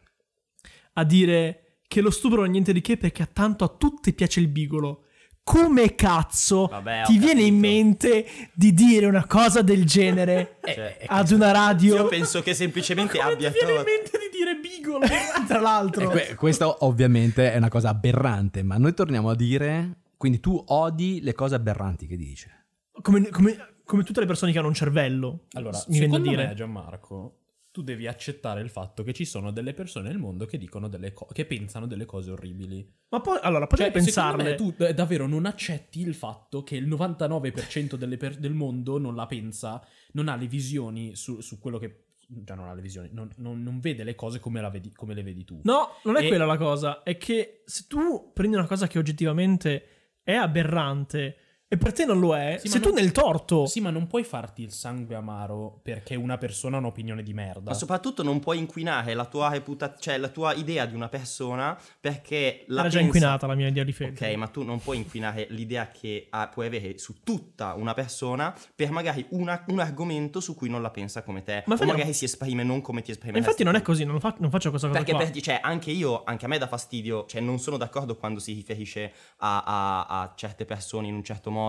Speaker 1: a dire che lo stupro non è niente di che perché tanto a tutti piace il bigolo? come cazzo
Speaker 4: Vabbè, ho
Speaker 1: ti viene in
Speaker 4: capito.
Speaker 1: mente di dire una cosa del genere
Speaker 2: Eh,
Speaker 4: Cioè,
Speaker 1: ad una radio?
Speaker 4: Io penso che semplicemente
Speaker 1: Come
Speaker 4: abbia
Speaker 1: ti viene in
Speaker 4: torto.
Speaker 1: mente di dire bigolo, tra
Speaker 2: Eh,
Speaker 1: l'altro.
Speaker 3: E Eh, que- questa ovviamente è una cosa aberrante, ma noi torniamo a dire, quindi tu odi le cose aberranti che dice.
Speaker 1: Come, come- come tutte le persone che hanno un cervello,
Speaker 2: Allora,
Speaker 1: mi viene da
Speaker 2: secondo
Speaker 1: dire.
Speaker 2: me, Gianmarco, tu devi accettare il fatto che ci sono delle persone nel mondo che dicono delle co- che pensano delle cose orribili.
Speaker 1: Ma poi, allora, potrei
Speaker 2: Cioè, secondo
Speaker 1: pensarle.
Speaker 2: me tu eh, davvero non accetti il fatto che il 99% delle per- del mondo non la pensa, non ha le visioni su, su quello che... Già non ha le visioni, non, non- non vede le cose come, la vedi- come le vedi tu.
Speaker 1: No, non è
Speaker 2: E-
Speaker 1: quella la cosa. È che se tu prendi una cosa che oggettivamente è aberrante e per te non lo è,
Speaker 2: Sì, ma
Speaker 1: sei tu
Speaker 2: non-
Speaker 1: nel torto.
Speaker 2: Sì, ma non puoi farti il sangue amaro perché una persona ha un'opinione di merda.
Speaker 4: Ma soprattutto non puoi inquinare la tua reputa- cioè la tua idea di una persona perché la
Speaker 1: Era già
Speaker 4: pensa-
Speaker 1: inquinata la mia idea di Fede.
Speaker 4: Ok, ma tu non puoi inquinare l'idea che ha- puoi avere su tutta una persona per magari una- un argomento su cui non la pensa come te.
Speaker 1: Ma
Speaker 4: o
Speaker 1: infatti-
Speaker 4: magari si esprime non come ti
Speaker 1: Ma
Speaker 4: esprime.
Speaker 1: infatti non è così, non, fa- non faccio questa cosa
Speaker 4: Perché
Speaker 1: qua.
Speaker 4: per- cioè, anche io, anche a me dà fastidio, cioè non sono d'accordo quando si riferisce a, a- a certe persone in un certo modo,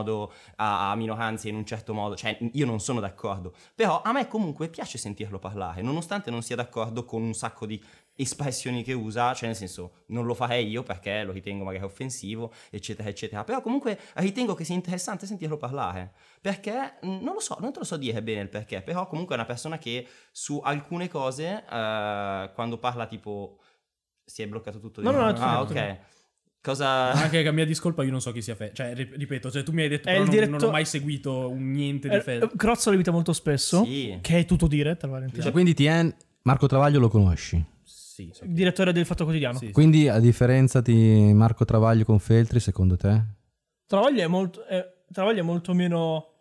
Speaker 4: a, a minoranze in un certo modo, cioè io non sono d'accordo. Però a me comunque piace sentirlo parlare, nonostante non sia d'accordo con un sacco di espressioni che usa, cioè nel senso non lo farei io perché lo ritengo magari offensivo, eccetera, eccetera. Però comunque ritengo che sia interessante sentirlo parlare. Perché mh, non lo so, non te lo so dire bene il perché, però comunque è una persona che su alcune cose, eh, quando parla tipo... Si è bloccato tutto? di
Speaker 1: No, no,
Speaker 4: nuovo?
Speaker 1: no,
Speaker 4: Ah,
Speaker 1: tutto bene,
Speaker 4: ok. Cosa...
Speaker 2: Anche Ah, che a mia discolpa io non so chi sia Fede. Cioè, ri- ripeto, cioè, tu mi hai detto
Speaker 1: È
Speaker 2: però
Speaker 1: Eh, il
Speaker 2: non,
Speaker 1: diretto-
Speaker 2: non ho mai seguito un niente di
Speaker 1: Eh,
Speaker 2: Fede.
Speaker 1: Crozzo lo evita molto spesso,
Speaker 4: Sì.
Speaker 1: che è tutto dire, tra parentesi.
Speaker 3: Cioè, quindi TN, Marco Travaglio lo conosci.
Speaker 2: Sì, so.
Speaker 1: Direttore del Fatto Quotidiano.
Speaker 2: Sì, sì.
Speaker 3: Quindi a differenza di Marco Travaglio con Feltri, secondo te?
Speaker 1: Travaglio è molto, è- Travaglio è molto meno.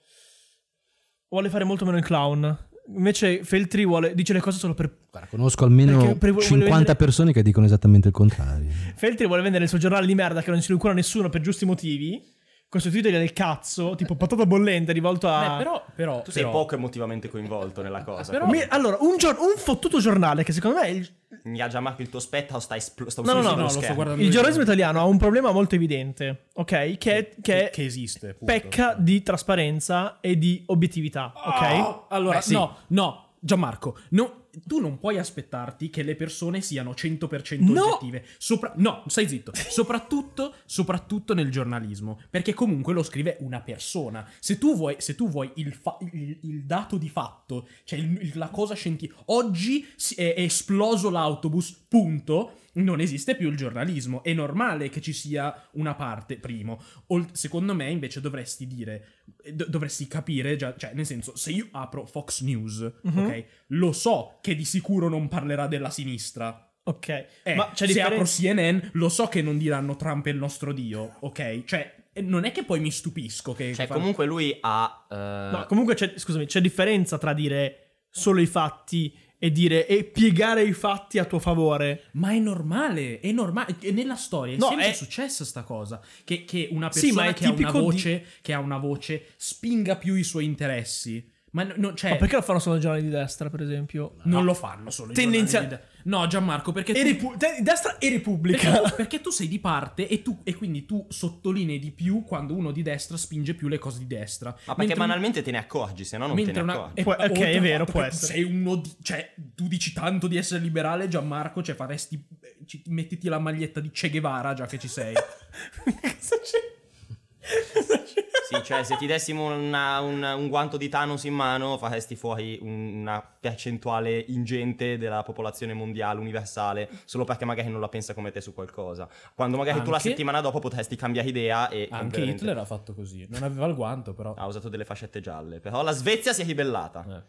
Speaker 1: Vuole fare molto meno il clown. Invece Feltri vuole, dice le cose solo per.
Speaker 3: Guarda, conosco almeno
Speaker 1: Perché pre- volevo
Speaker 3: 50
Speaker 1: vedere-
Speaker 3: persone che dicono esattamente il contrario.
Speaker 1: Feltri vuole vendere il suo giornale di merda che non si lo cura nessuno per giusti motivi. Questo titolo del cazzo, tipo patata bollente rivolto a.
Speaker 2: Beh, però, però,
Speaker 4: Tu sei
Speaker 2: però-
Speaker 4: poco emotivamente coinvolto
Speaker 1: Eh,
Speaker 4: nella cosa.
Speaker 2: Però-
Speaker 1: Mi- allora, un, gior- un fottuto giornale che secondo me è il,
Speaker 4: Mi ha già marcato il tuo spettacolo, sta, espl- sta
Speaker 1: No, no,
Speaker 4: uscendo
Speaker 1: no,
Speaker 4: lo
Speaker 1: no, lo
Speaker 2: sto
Speaker 4: schermo.
Speaker 2: guardando
Speaker 1: il
Speaker 2: io.
Speaker 1: giornalismo italiano ha un problema molto evidente, ok? Che, che,
Speaker 2: che- che esiste, punto.
Speaker 1: pecca di trasparenza e di obiettività, ok?
Speaker 2: Ah, allora,
Speaker 3: Beh, sì.
Speaker 2: no, no, Gianmarco, no, tu non puoi aspettarti che le persone siano 100%
Speaker 1: No!
Speaker 2: oggettive. Sopra- no, stai zitto. Soprattutto, soprattutto nel giornalismo, perché comunque lo scrive una persona. Se tu vuoi, se tu vuoi il, fa- il- il dato di fatto, cioè il- il- la cosa scientifica, oggi si- è, è esploso l'autobus, punto. Non esiste più il giornalismo. È normale che ci sia una parte, primo. Ol- secondo me, invece, dovresti dire eh, do- dovresti capire già, cioè nel senso se io apro Fox News,
Speaker 1: Mhm.
Speaker 2: ok? Lo so che di sicuro non parlerà della sinistra.
Speaker 1: Ok.
Speaker 2: Eh,
Speaker 1: Ma c'è
Speaker 2: se
Speaker 1: differenza-
Speaker 2: apro CNN, lo so che non diranno Trump è il nostro dio, ok? Cioè eh, non è che poi mi stupisco che
Speaker 4: Cioè,
Speaker 2: fa-
Speaker 4: comunque lui ha... eh,
Speaker 1: No, comunque c'è, scusami, c'è differenza tra dire solo i fatti e dire e piegare i fatti a tuo favore.
Speaker 2: Ma è normale, è normale. E nella storia è
Speaker 1: No,
Speaker 2: sempre
Speaker 1: è-
Speaker 2: successa sta cosa. Che, che una
Speaker 1: Sì, ma
Speaker 2: persona
Speaker 1: è
Speaker 2: che, ha una
Speaker 1: tipico di-
Speaker 2: voce, che ha una voce spinga più i suoi interessi. Ma no- no, cioè,
Speaker 1: Ma perché lo fanno solo i giornali di destra, per esempio?
Speaker 2: non lo fanno solo i
Speaker 1: Tendenzia-
Speaker 2: giornali di- No, Gianmarco, perché
Speaker 1: E
Speaker 2: tu-
Speaker 1: Repu- te- destra e Repubblica.
Speaker 2: Perché tu, perché tu sei di parte e, tu, e quindi tu sottolinei di più quando uno di destra spinge più le cose di destra.
Speaker 4: Ma perché
Speaker 2: Mentre-
Speaker 4: banalmente te ne accorgi, se no non te ne
Speaker 2: mentre una-
Speaker 4: accorgi.
Speaker 2: e
Speaker 1: Può-
Speaker 2: poi-
Speaker 1: ok,
Speaker 2: oltre
Speaker 1: è
Speaker 2: al
Speaker 1: vero,
Speaker 2: fatto
Speaker 1: può
Speaker 2: che tu
Speaker 1: essere.
Speaker 2: Sei uno di- cioè, tu dici tanto di essere liberale, Gianmarco, cioè faresti... ci- mettiti la maglietta di Che Guevara già che ci sei.
Speaker 1: Cosa c'è? Cosa c'è?
Speaker 4: Sì, cioè se ti dessimo una- un, un guanto di Thanos in mano faresti fuori una percentuale ingente della popolazione mondiale, universale, solo perché magari non la pensa come te su qualcosa. Quando magari tu la
Speaker 2: Anche-
Speaker 4: settimana dopo potresti cambiare idea e...
Speaker 2: Anche
Speaker 4: completamente-
Speaker 2: Hitler ha fatto così. Non aveva il guanto, però...
Speaker 4: Ha usato delle fascette gialle, però la Svezia si è ribellata.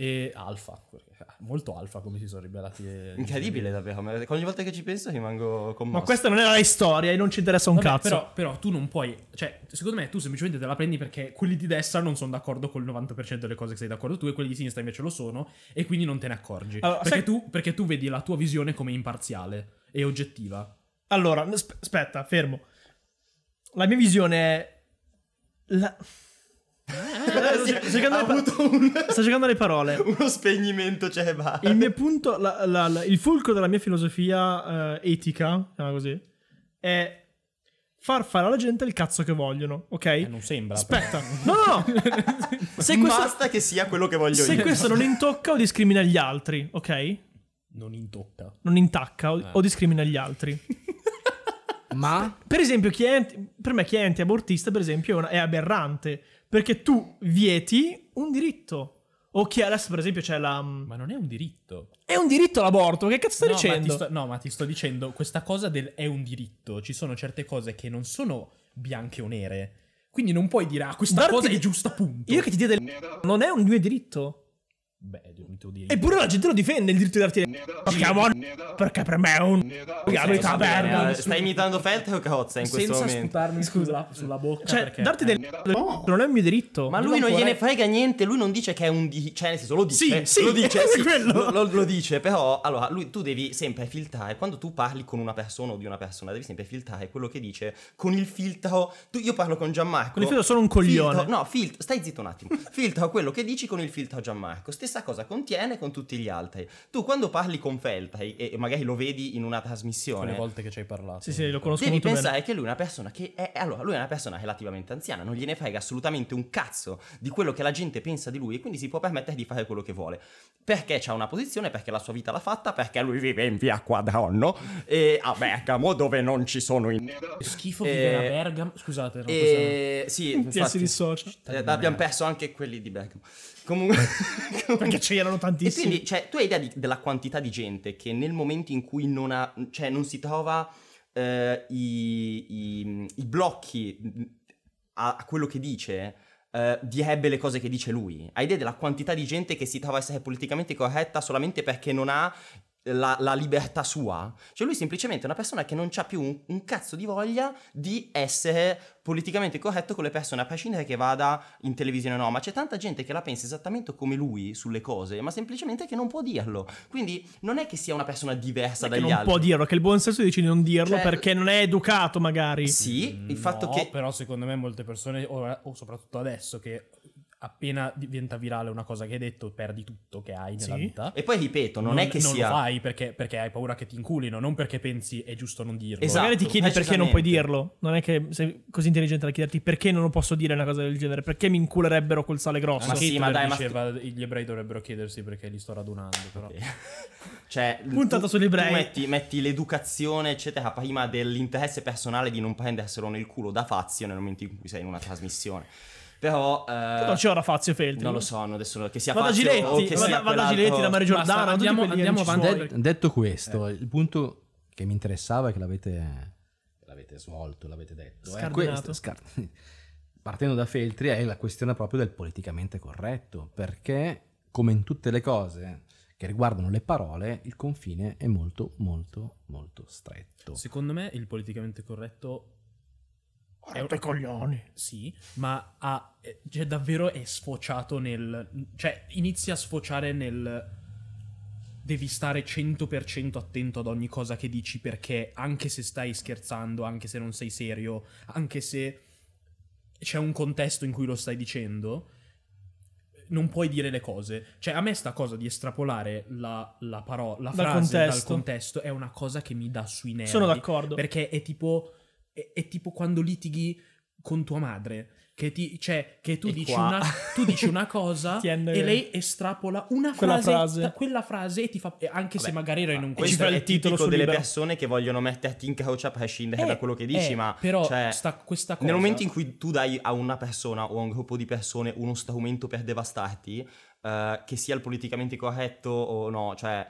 Speaker 2: E alfa. perché- eh, Molto alfa come si sono ribellati. eh,
Speaker 4: Incredibile davvero, ma ogni volta che ci penso rimango commosso.
Speaker 1: Ma questa non era la storia e non ci interessa un
Speaker 2: Vabbè,
Speaker 1: cazzo.
Speaker 2: Però, però tu non puoi. Cioè, secondo me tu semplicemente te la prendi perché quelli di destra non sono d'accordo col 90% delle cose che sei d'accordo tu, e quelli di sinistra invece lo sono, e quindi non te ne accorgi.
Speaker 1: Allora,
Speaker 2: perché,
Speaker 1: sai-
Speaker 2: tu, perché tu vedi la tua visione come imparziale e oggettiva.
Speaker 1: Allora, asp- aspetta, fermo. La mia visione è. La... Sto cercando
Speaker 4: Eh, ha
Speaker 1: le pa-
Speaker 4: avuto un-
Speaker 1: Sto cercando le parole.
Speaker 4: uno spegnimento cerebrale.
Speaker 1: Il mio punto, la- la- la- il fulcro della mia filosofia eh, etica, chiamiamola così, è far fare alla gente il cazzo che vogliono, ok?
Speaker 2: Eh, non sembra.
Speaker 1: Aspetta, no, no, no. se questo,
Speaker 4: Basta che sia quello che voglio
Speaker 1: se
Speaker 4: io.
Speaker 1: questo non intocca o discrimina gli altri, ok?
Speaker 2: Non intocca. Eh.
Speaker 1: Non intacca o, o discrimina gli altri.
Speaker 3: Ma
Speaker 1: Per esempio, chi è anti- per me chi è antiabortista, per esempio, è, una- è aberrante, perché tu vieti un diritto. O chi adesso, per esempio, c'è la... mm,
Speaker 2: Ma non è un diritto.
Speaker 1: È un diritto l'aborto, che cazzo stai
Speaker 2: no, Ma ti
Speaker 1: dicendo?
Speaker 2: sto, no, ma ti sto dicendo, questa cosa del è un diritto. Ci sono certe cose che non sono bianche o nere. Quindi non puoi dire, ah, questa
Speaker 1: Darti-
Speaker 2: cosa è giusta, punto.
Speaker 1: Io che ti dia del... Non è un mio diritto.
Speaker 2: Beh, devo dire...
Speaker 1: Eppure la gente lo difende il diritto di darti Perché è buono, perché per me è un...
Speaker 4: Eh,
Speaker 1: La verità
Speaker 4: Va bene,
Speaker 1: merda.
Speaker 4: eh, Stai imitando Felt o Cozza in questo
Speaker 2: Senza
Speaker 4: momento?
Speaker 2: sputarmi sulla, sulla bocca
Speaker 1: Cioè,
Speaker 2: perché...
Speaker 1: darti del... Non è un mio diritto.
Speaker 4: Eh. Ma
Speaker 1: Io
Speaker 4: lui non
Speaker 1: ancora-
Speaker 4: gliene frega niente, lui non dice che è un di- cioè nel senso lo dice,
Speaker 1: Sì, sì,
Speaker 4: lo dice,
Speaker 1: è
Speaker 4: sì,
Speaker 1: quello.
Speaker 4: lo, lo- lo dice, però allora lui tu devi sempre filtrare quando tu parli con una persona o di una persona, devi sempre filtrare quello che dice con il filtro. Tu, io parlo con Gianmarco.
Speaker 1: Con il filtro sono un coglione.
Speaker 4: Filtro- no, filtro, stai zitto un attimo. Filtro quello che dici con il filtro Gianmarco. Stessa cosa contiene con tutti gli altri. Tu quando parli con Feltri e e magari lo vedi in una
Speaker 2: Quelle
Speaker 4: trasmissione
Speaker 2: volte che ci hai parlato.
Speaker 1: Sì, sì, lo conosco
Speaker 4: Devi
Speaker 1: molto bene.
Speaker 4: pensare che lui è una persona che è, allora, lui è una persona relativamente anziana, non gliene frega assolutamente un cazzo di quello che la gente pensa di lui e quindi si può permettere di fare quello che vuole. Perché c'ha una posizione, perché la sua vita l'ha fatta, perché lui vive in via Quadronno e a Bergamo dove non ci sono i...
Speaker 2: Che Schifo
Speaker 4: Eh,
Speaker 2: vivere a Bergamo. Scusate, non possiamo-
Speaker 4: E... Eh, Sì,
Speaker 1: Ti si
Speaker 4: infatti,
Speaker 1: dissocia.
Speaker 4: eh, abbiamo perso anche quelli di Bergamo. Comunque...
Speaker 1: Perché c'erano
Speaker 4: E
Speaker 1: tantissimi.
Speaker 4: quindi, cioè, tu hai idea di- della quantità di gente che nel momento in cui non, ha, cioè, non si trova eh, i, i- i blocchi a, a quello che dice, eh, direbbe le cose che dice lui. Hai idea della quantità di gente che si trova a essere politicamente corretta solamente perché non ha la, la libertà sua? Cioè, lui è semplicemente una persona che non ha più un, un cazzo di voglia di essere politicamente corretto con le persone, a prescindere che vada in televisione o no. Ma c'è tanta gente che la pensa esattamente come lui sulle cose, ma semplicemente che non può dirlo. Quindi non è che sia una persona diversa
Speaker 1: Che
Speaker 4: dagli
Speaker 1: non
Speaker 4: altri.
Speaker 1: può dirlo, che il buon senso dice di non dirlo
Speaker 4: Cioè-
Speaker 1: perché non è educato magari.
Speaker 4: Sì, il fatto
Speaker 2: Mm, No,
Speaker 4: che.
Speaker 2: però secondo me molte persone, o, o soprattutto adesso, che appena diventa virale una cosa che hai detto, perdi tutto che hai nella
Speaker 1: Sì.
Speaker 2: vita.
Speaker 4: E poi ripeto, non, è che
Speaker 2: non
Speaker 4: sia.
Speaker 2: lo fai perché, perché hai paura che ti inculino, non perché pensi è giusto non dirlo.
Speaker 4: Esatto.
Speaker 1: Magari ti chiedi perché non puoi
Speaker 4: decisamente.
Speaker 1: dirlo. Non è che sei così intelligente da chiederti perché non lo posso dire una cosa del genere. Perché mi inculerebbero col sale grosso.
Speaker 2: Ma
Speaker 4: sì,
Speaker 2: Hitler
Speaker 4: ma dai, ma-
Speaker 2: diceva gli ebrei dovrebbero chiedersi perché li sto radunando, però.
Speaker 4: Cioè,
Speaker 1: Puntata
Speaker 4: tu-
Speaker 1: sugli ebrei.
Speaker 4: tu metti, metti l'educazione, eccetera, prima dell'interesse personale di non prenderselo nel culo da Fazio nel momento in cui sei in una trasmissione. Però. eh,
Speaker 1: Non c'è ora Fazio Feltri.
Speaker 4: non lo so, hanno adesso che sia
Speaker 1: Vada
Speaker 4: Fazio
Speaker 1: Giletti,
Speaker 4: o che
Speaker 1: vada-
Speaker 4: sia
Speaker 1: vada
Speaker 4: quell'altro-
Speaker 1: Giletti da Mario
Speaker 2: Basta,
Speaker 1: Giordano. tutti
Speaker 2: andiamo-
Speaker 1: quelli
Speaker 2: andiamo
Speaker 1: amici
Speaker 2: avanti.
Speaker 1: suoi.
Speaker 3: de- detto questo, il punto che mi interessava e che l'avete, che l'avete svolto, l'avete detto, è
Speaker 1: Scardinato.
Speaker 3: questo, scar- partendo da Feltri è la questione proprio del politicamente corretto, perché come in tutte le cose che riguardano le parole, il confine è molto molto molto stretto.
Speaker 2: Secondo me il politicamente corretto
Speaker 1: È un coglioni.
Speaker 2: Sì, ma ha, eh, cioè, davvero è sfociato nel... Cioè, inizia a sfociare nel... Devi stare 100% attento ad ogni cosa che dici perché anche se stai scherzando, anche se non sei serio, anche se c'è un contesto in cui lo stai dicendo, non puoi dire le cose. Cioè, a me sta cosa di estrapolare la, la parola, la
Speaker 1: Dal
Speaker 2: frase dal
Speaker 1: contesto.
Speaker 2: contesto è una cosa che mi dà sui nervi.
Speaker 1: Sono d'accordo.
Speaker 2: Perché è tipo, è, è tipo quando litighi con tua madre. Che ti, cioè, che tu,
Speaker 4: E
Speaker 2: dici
Speaker 4: qua.
Speaker 2: una, tu dici una cosa
Speaker 1: Ti ende-
Speaker 2: e lei estrapola una
Speaker 1: Quella
Speaker 2: frase,
Speaker 1: frase.
Speaker 2: da- quella frase e ti fa. e Anche se magari era in un
Speaker 1: ci
Speaker 4: Questo
Speaker 1: fa
Speaker 4: è
Speaker 1: il titolo
Speaker 4: tipico
Speaker 1: sul
Speaker 4: delle
Speaker 1: libro.
Speaker 4: persone che vogliono metterti in croce a prescindere
Speaker 2: Eh,
Speaker 4: da quello che dici,
Speaker 2: eh,
Speaker 4: ma
Speaker 2: però
Speaker 4: cioè,
Speaker 2: sta- questa cosa-
Speaker 4: nel momento in cui tu dai a una persona o a un gruppo di persone uno strumento per devastarti, eh, che sia il politicamente corretto o no, cioè